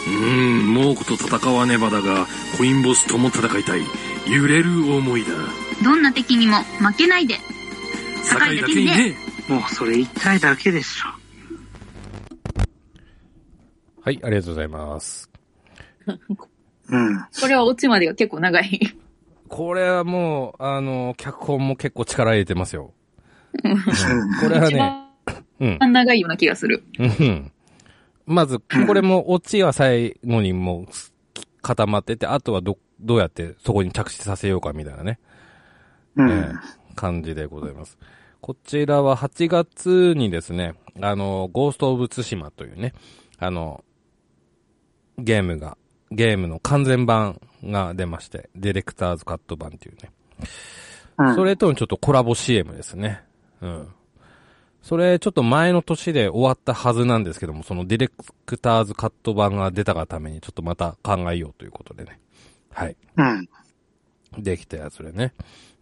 S1: ーん猛虎と戦わねばだがコインボスとも戦いたい揺れる思いだ
S6: どんな敵にも負けないで。
S1: 酒井だけにね
S9: もうそれ一体だけでしょ。
S10: はい、ありがとうございます。
S2: うん。
S3: これはオチまでが結構長い。
S10: これはもう、あの、脚本も結構力入れてますよ。うんこれは
S3: 一
S10: ね、
S3: 番
S10: うん。
S3: 長いような気がする。
S10: うんまず、これも、オチは最後にもう固まってて、あとはど、どうやってそこに着地させようかみたいなね、
S2: う
S10: え
S2: ん。
S10: ー感じでございます。こちらは8月にですね、あの、ゴースト・オブ・ツシマというね、あの、ゲームが、ゲームの完全版が出まして、ディレクターズカット版っていうね。
S2: うん
S10: それとのちょっとコラボ CM ですね。うん。それ、ちょっと前の年で終わったはずなんですけども、そのディレクターズカット版が出たがために、ちょっとまた考えようということでね。はい。
S2: うん。
S10: できたやつでね。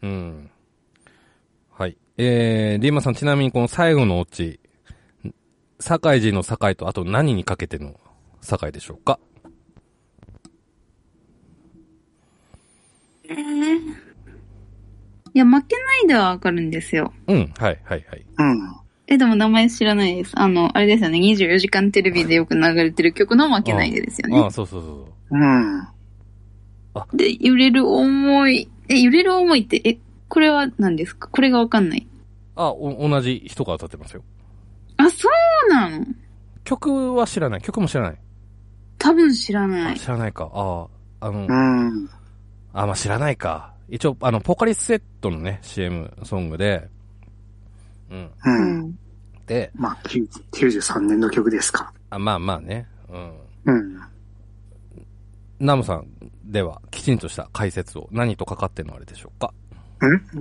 S10: うん。はい。えー、リーマさん、ちなみにこの最後のオチ、堺人の堺と、あと何にかけての堺でしょうか
S3: いや、負けないではわかるんですよ。
S10: うん、はい、はい、はい。
S2: うん。
S3: え、でも名前知らないです。あの、あれですよね。24時間テレビでよく流れてる曲の負けないでですよ
S10: あ
S3: ね。
S10: あ、そうそうそ
S2: う
S10: う
S2: ん。
S3: で、揺れる思い。え、揺れる思いって、え、これは何ですかこれがわかんない。
S10: あ、お、同じ人が歌ってますよ。
S3: あ、そうなの
S10: 曲は知らない。曲も知らない。
S3: 多分知らな
S10: あ
S3: い。
S10: 知らないか。ああ、あの、
S2: うん。
S10: あ、まあ、知らないか。一応、あの、ポカリスセットのね、CM ソングで、うん。
S2: う。
S3: うんん。
S10: で、
S2: まあ、90 93年の曲ですか。
S10: あまあまあね、うん。
S2: うん。
S10: ナムさんでは、きちんとした解説を何とかかってのあれでしょうか。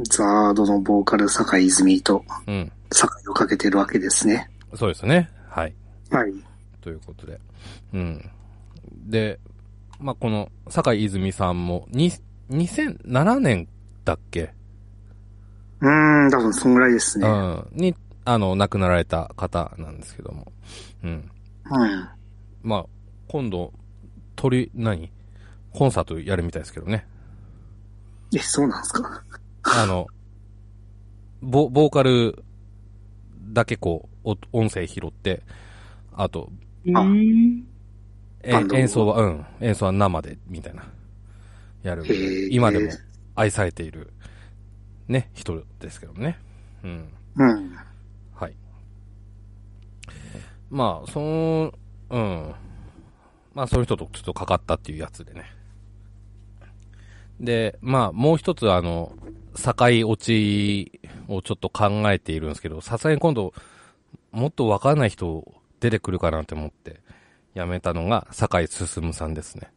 S2: ザードのボーカル、坂井泉と、
S10: うん。
S2: 坂井をかけてるわけですね。
S10: そうですね。はい。
S2: はい。
S10: ということで。うん。で、まあ、この、坂井泉さんも、に、2007年だっけ
S2: うーん、多分そんぐらいですね。うん。
S10: うん。に、あの、亡くなられた方なんですけども。うん。まあ、今度、鳥、何コンサートやるみたいですけど ね。
S2: え、そうなんですか。
S10: あの、ボ、ボーカルだけこう、お音声拾って、あと、
S2: あ
S3: うん
S10: え
S2: バンドを
S10: 演奏は、うん、演奏は生で、みたいな、やる
S2: へー。
S10: 今でも愛されている、ね、人ですけどもね。うん。
S2: うん。
S10: はい。まあ、その、うん。まあ、そういう人とちょっとかかったっていうやつでね。で、まあ、もう一つ、あの、境落ちをちょっと考えているんですけど、さすがに今度、もっとわかんない人出てくるかなって思って、やめたのが、境進さんですね。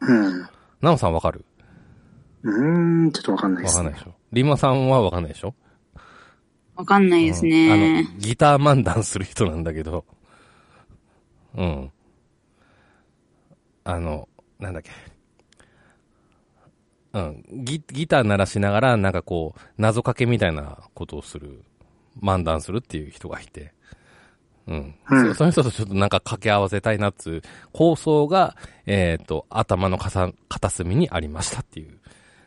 S2: うん。
S10: なおさんわかる
S2: うーん、ちょっとわかんないで
S10: わか
S2: す
S10: んな
S2: ね
S10: いで。しょ。リマさんはわかんないでしょ
S3: わかんないです
S10: うん
S3: ね
S10: あ。の、ギター漫談する人なんだけど、うん。あの、なんだっけ。うん、ギギター鳴らしながら、なんかこう、謎かけみたいなことをする、漫談するっていう人がいて、うん。
S2: うん
S10: そその人とちょっとなんか掛け合わせたいなっつう構想が、えっ、と、頭のかさ片隅にありましたっていう、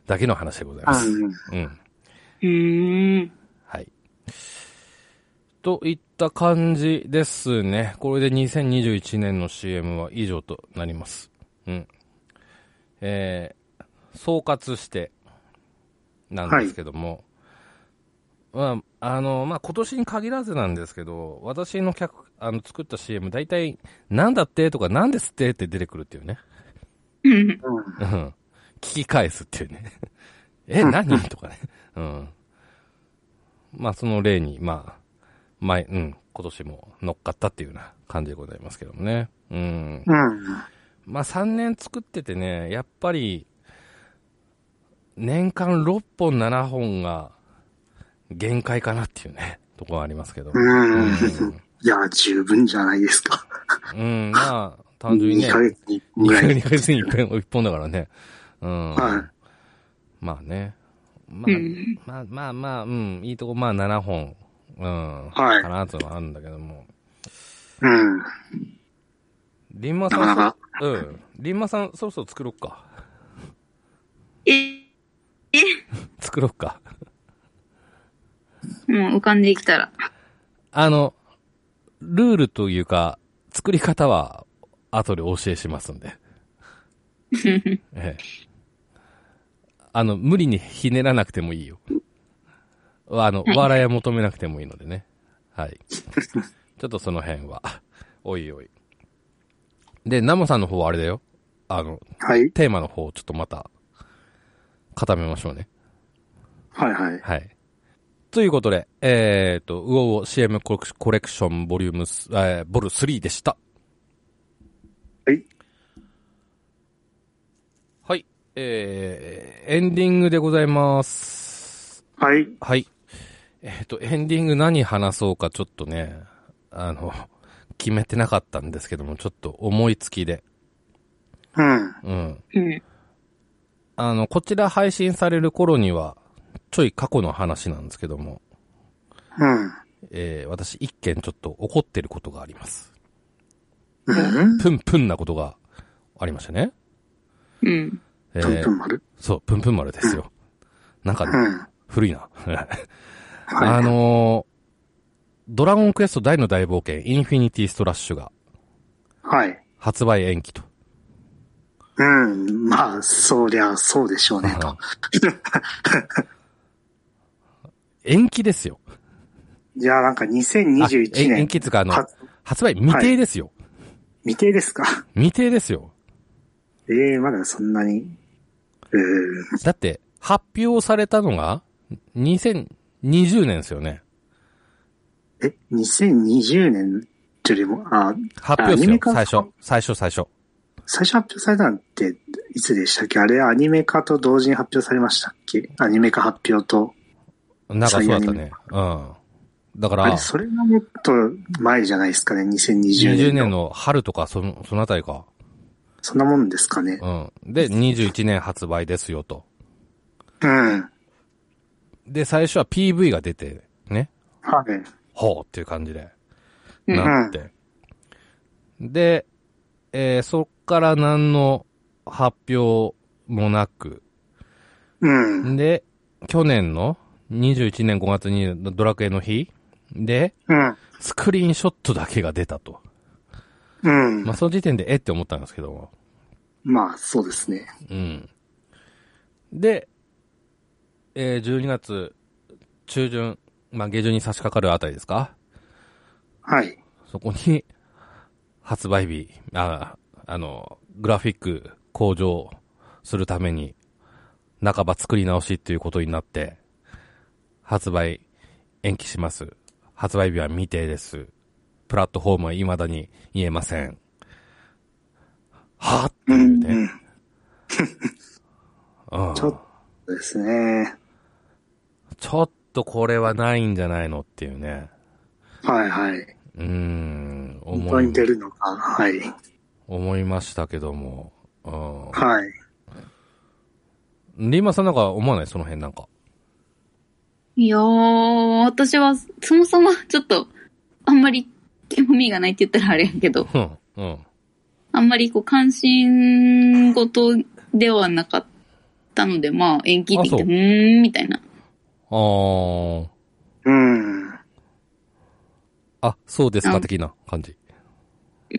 S10: だけの話でございます。
S2: うん。
S10: うん。
S3: うーん。
S10: はい。といった感じですね。これで2021年の CM は以上となります。うん。えー、総括して、なんですけども、まあ、あの、まあ、今年に限らずなんですけど、私の客、あの、作った CM、大体、なんだってとか、なんですってって出てくるっていうね。
S3: うん
S10: うん。聞き返すっていうね。 え、何とかね。うん。まあ、その例に、まあ、前、うん、今年も乗っかったっていうような感じでございますけどもね。うん。
S2: うん。
S10: まあ、3年作っててね、やっぱり、年間6本、7本が限界かなっていうね、ところはありますけど。
S2: うん
S10: うん
S2: いや、十分じゃないですか。
S10: うん、まあ、単純にね
S2: 2、ヶ月に1本
S10: 2
S2: ぐらい。
S10: ヶ月に一本、一本だからね。うん。
S2: は
S10: まあね。ま
S3: う
S10: あ、
S3: ん。
S10: まあまあまあ、うん、いいとこ、まあ7本、うん、
S2: はい
S10: かなとはあるんだけども。
S2: うん。な
S10: リンマさん、
S2: かなか。
S10: うん。リンマさん、そろそろ作ろっか。
S3: え、
S10: 作ろっか。
S3: もう浮かんできたら。
S10: あの、ルールというか、作り方は、後でお教えします んで。ええ。あの、無理にひねらなくてもいいよ。あの、
S3: はい
S10: 笑いは求めなくてもいいのでね。はい。ちょっとその辺は、おいおい。で、ナモさんの方はあれだよ。あの、
S2: はい。
S10: テーマの方をちょっとまた、固めましょうね。
S2: はいはい。
S10: はい。ということで、えっ、と、ウオウオ CM コレクシコレクションボリュームス、えーボル3でした。
S2: はい。
S10: はい。えー、エンディングでございます。
S2: はい。
S10: はい。えっ、と、エンディング何話そうかちょっとね、あの、決めてなかったんですけども、ちょっと思いつきで。
S2: うん。
S10: うん。
S3: うん。
S10: あの、こちら配信される頃には、ちょい過去の話なんですけども、
S2: うん。
S10: えー私一件ちょっと怒ってることがあります。
S2: うん。
S10: プンプンなことがありましたね。
S3: うん。
S10: え
S2: プン
S10: ー
S2: プン丸。
S10: そう、プンプン丸ですよ。なんか、
S2: うん。
S10: 古いな。
S2: はい。
S10: あのードラゴンクエスト大の大冒険、インフィニティストラッシュが
S2: はい。
S10: 発売延期と。
S2: うん。まあ、そりゃそうでしょうね、と。
S10: 延期ですよ。
S2: いや、なんか
S10: あ
S2: 2021
S10: え延
S2: 年、
S10: 期っつうか、あの
S2: か、
S10: 発売未定ですよ。
S2: 未定ですか
S10: 未定ですよ。
S2: ええまだそんなに。うーん。
S10: だって、発表されたのが、2020年ですよね。
S2: え、2020年よりも、あ、
S10: 発表です
S2: アニ
S10: よ
S2: メ、化
S10: 最初。最初、最初。
S2: 最初発表されたのって、いつでしたっけあれ、アニメ化と同時に発表されましたっけアニメ化発表と。
S10: なんかそうだったね。うん。だか
S2: あれ、
S10: ら、
S2: それがもっと前じゃないですかね、2020
S10: 20
S2: 年。
S10: 年の春とか、その、そのあたりか。
S2: そんなもんですかね。
S10: うん。で、21年発売ですよと。
S2: うん。はい。
S10: で、最初は PV が出て、ね。ほうっていう感じで、
S3: うん
S10: なって。で、えーそっから何の発表もなく、
S2: うん。
S10: で、去年の21年5月にドラクエの日で、
S2: うん。
S10: スクリーンショットだけが出たと。
S2: うん。
S10: まあ、その時点でえって思ったんですけども。
S2: まあ、そうですね。
S10: うん。で、えー12月中旬、まあ、下旬に差し掛かるあたりですか
S2: はい。
S10: そこに、発売日、 あ、あの、グラフィック向上するために、半ば作り直しっていうことになって、発売延期します。発売日は未定です。プラットフォームは未だに言えません。はぁって
S2: う。
S10: いうん
S2: う
S10: ね。
S2: ん
S10: うん
S2: ちょっとですね。
S10: ちょっとこれはないんじゃないのっていうね。
S2: はいはい。
S10: うーん、
S2: 本当
S10: 思
S2: に
S10: い
S2: 出、るのか。はい。
S10: 思いましたけども。うん。
S2: はい。
S10: リーマンさんなんか思わないその辺なんか。
S3: いやー、私は、そもそもちょっと、あんまり興味がないって言ったらあれやけど、
S10: うん、うん。
S3: あんまりこう関心事ではなかったので、まあ延期って言って、
S10: あ
S3: う
S10: そう
S3: ーん、みたいな。
S10: あー、
S2: うん。
S10: あ、そうです
S3: う
S10: か、
S3: ん
S10: 的な感じ。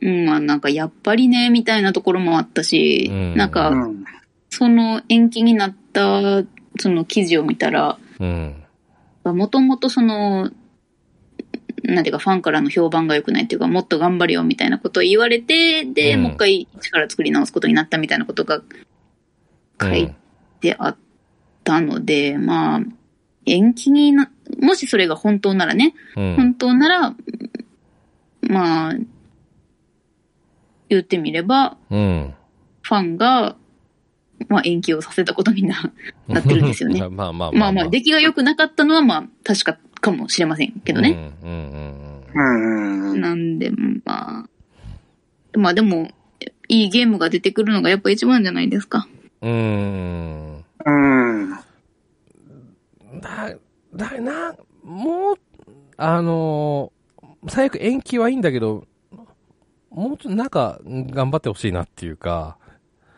S3: うん、まあなんかやっぱりね、みたいなところもあったし、
S10: うん
S3: なん
S2: う
S3: か、
S2: ん。
S3: その延期になった、その記事を見たら、
S10: うん。
S3: もともとその、なんていうかファンからの評判が良くないっていうか、もっと頑張れよみたいなことを言われて、で、
S10: うん
S3: もう一回一から作り直すことになったみたいなことが書
S10: う
S3: い
S10: ん
S3: てあったので、まあ、延期にな、もしそれが本当ならね、
S10: うん。
S3: 本当なら、まあ、言ってみれば、
S10: うん。
S3: ファンが、まあ延期をさせたことに ななってるんですよね。
S10: まあまあまあ。
S3: まあまあ、出来が良くなかったのはまあ確かかもしれませんけどね。
S10: うん。うん、うん、うん。
S2: うん。うん。
S3: なんで、まあ、まあでも、いいゲームが出てくるのがやっぱ一番じゃないですか。
S10: うーん。
S2: うん。
S10: だ、だ、な、もう、あのー最悪延期はいいんだけど、もうちょっとなんか、頑張ってほしいなっていうか、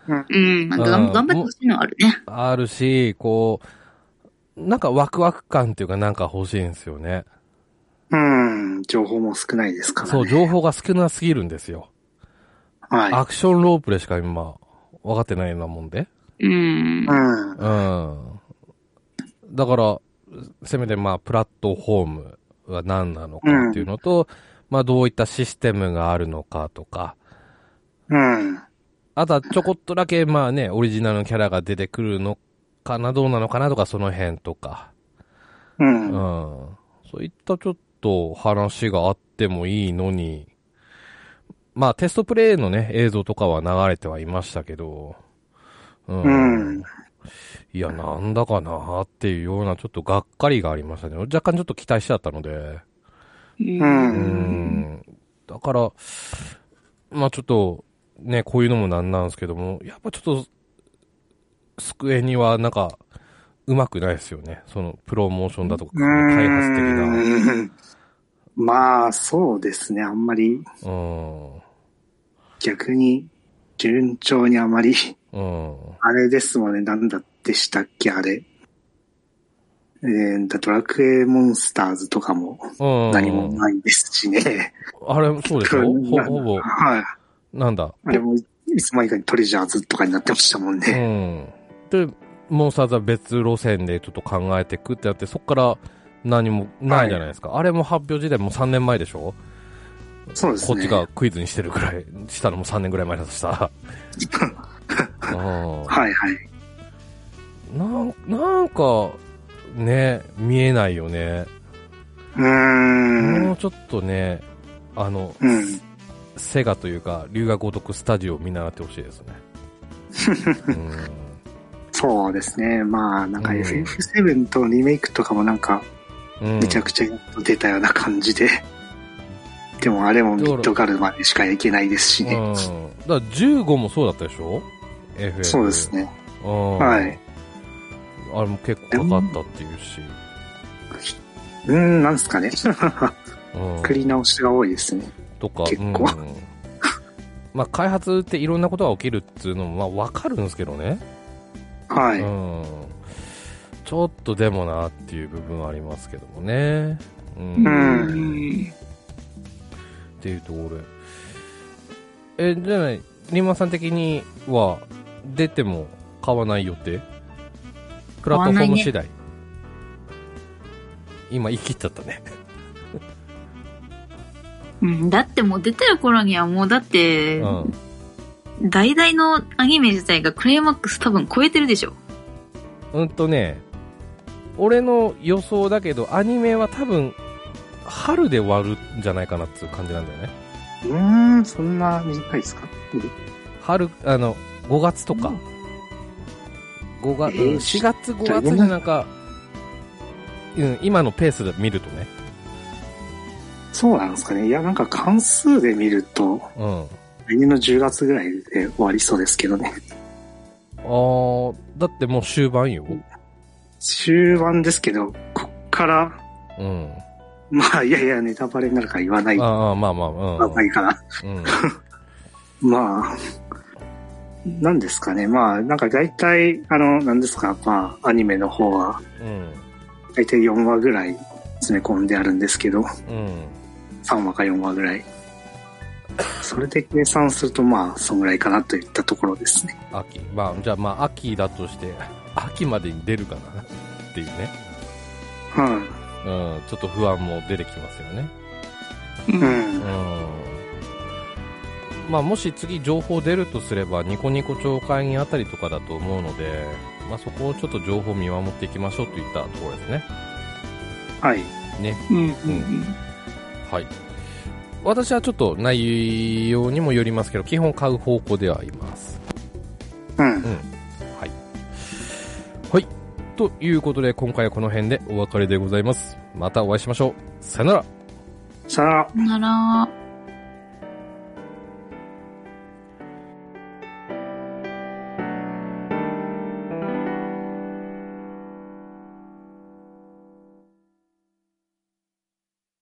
S3: うん。まあ、が
S10: あー
S3: ん頑張ってほしいのはあるね。
S10: あるし、こう、なんかワクワク感っていうかなんか欲しいんですよね。
S2: うん。情報も少ないですからね。
S10: そう、情報が少なすぎるんですよ。
S2: は
S10: アクションロープレしか今、分かってないようなもんで。
S3: うん
S2: い。う。ん。
S10: うん。だから、せめてまあ、プラットフォームは何なのかっていうのと、まあ、どういったシステムがあるのかとか、
S2: うん。
S10: あとはちょこっとだけまあね、オリジナルのキャラが出てくるのかな、どうなのかなとか、その辺とか、
S2: う
S10: うん。
S2: ん。
S10: そういったちょっと話があってもいいのに、まあ、テストプレイのね、映像とかは流れてはいましたけど、
S2: うん。
S10: いや、なんだかなっていうような、ちょっとがっかりがありましたね。若干ちょっと期待しちゃったので。
S2: ん
S10: うーん。だから、まあちょっと、ね、こういうのもなんなんですけども、やっぱちょっと、机にはなんか、うまくないですよね。その、プロモーションだとか、開発的な。
S2: うんまあ、そうですね。あんまり、
S10: うん。
S2: 逆に、順調にあまり、
S10: うん。
S2: あれですもんね。なんだでしたっけ、あれ。えー、だドラクエモンスターズとかも
S10: うん。
S2: 何もないですしね。
S10: あれ、そうでしょほほぼ、
S2: はい。
S10: なんだ。
S2: あれも、いつまにかにトレジャーズとかになってましたもん
S10: う
S2: ね。
S10: ん。で、モンスターズは別路線でちょっと考えていくってやって、そこから何もないじゃないですか。あれも発表時代も3年前でしょ
S2: そうです
S10: こ
S2: ね。
S10: っちがクイズにしてるくらい、したのも3年ぐらい前だ としたら。う
S2: はいはい。
S10: ん。なんなんか、ね、見えないよね。
S2: うーん。
S10: も
S2: う
S10: うちょっとね、あの、
S2: ん。
S10: セガというか、留学ごとくスタジオを見習ってほし いですね。うん
S2: そうですね。まあ、なんか
S10: うん
S2: FF7 とリメイクとかもなんか、
S10: うん
S2: めちゃくちゃやっと出たような感じ で。でもあれもミッドガルまでしか行けないですしね。
S10: うん。だから15もそうだったでしょ ?FF。
S2: そうです。ね。
S10: うん。
S2: はい。
S10: あれも結構かかったっていうし。
S2: うーん、なんですかね。
S10: うん。
S2: 繰り直しが多いですね。
S10: とか。
S2: 結構
S10: うん。まあ、開発っていろんなことが起きるっていうのも、まあ、わかるんですけどね。
S2: はい。
S10: うん。ちょっとでもなっていう部分はありますけどもね。うん。
S2: うん
S10: っていうところで。え、じゃない、リンマさん的には、出ても買わない予定プラットフォーム次第。今、言い切っちゃったね。
S3: うん。だってもう出てる頃にはもうだって
S10: う、ん。
S3: 大々のアニメ自体がクライマックス多分超えてるでしょ。
S10: うんとね、俺の予想だけど、アニメは多分、春で終わるんじゃないかなっていう感じなんだよね。
S2: うーん、そんな短いですか
S10: 春、あの、5月とか。5月、
S2: えー
S10: うん4月、5月
S2: じゃ
S10: に
S2: あ
S10: なんか、うん、今のペースで見るとね。
S2: そうなんですかね。いや、なんか関数で見ると、
S10: うん。
S2: 来年の10月ぐらいで終わりそうですけどね。
S10: あー、だってもう終盤よ。
S2: 終盤ですけど、こっから、
S10: うん。
S2: まあ、いやいや、ネタバレになるから言わない。言
S10: ああ、まあまあ、
S2: わ
S10: うん。
S2: ないから。
S10: うん。
S2: まあ、なんですかね。まあ、なんか大体、あの、なんですか、まあ、アニメの方は、
S10: うん。
S2: 大体4話ぐらい詰め込んであるんですけど、
S10: うん。
S2: 3話か4話ぐらい。それで計算すると、まあ、そんぐらいかなといったところですね。
S10: 秋。まあ、じゃあまあ、秋だとして、 秋までに出るかなっていうね。
S2: うん。
S10: うん。ちょっと不安も出てきますよね。
S2: う。
S10: うんん。まあ、もし次情報出るとすれば、ニコニコ町会議あたりとかだと思うので、まあそこをちょっと情報見守っていきましょうといったところですね。
S2: はい。
S10: ね。
S3: うん。
S10: はい。私はちょっと内容にもよりますけど、基本買う方向ではいます。
S2: うん。
S10: はい。はい。ということで、今回はこの辺でお別れでございます。またお会いしましょう。さよなら。
S2: さあ、
S3: なら、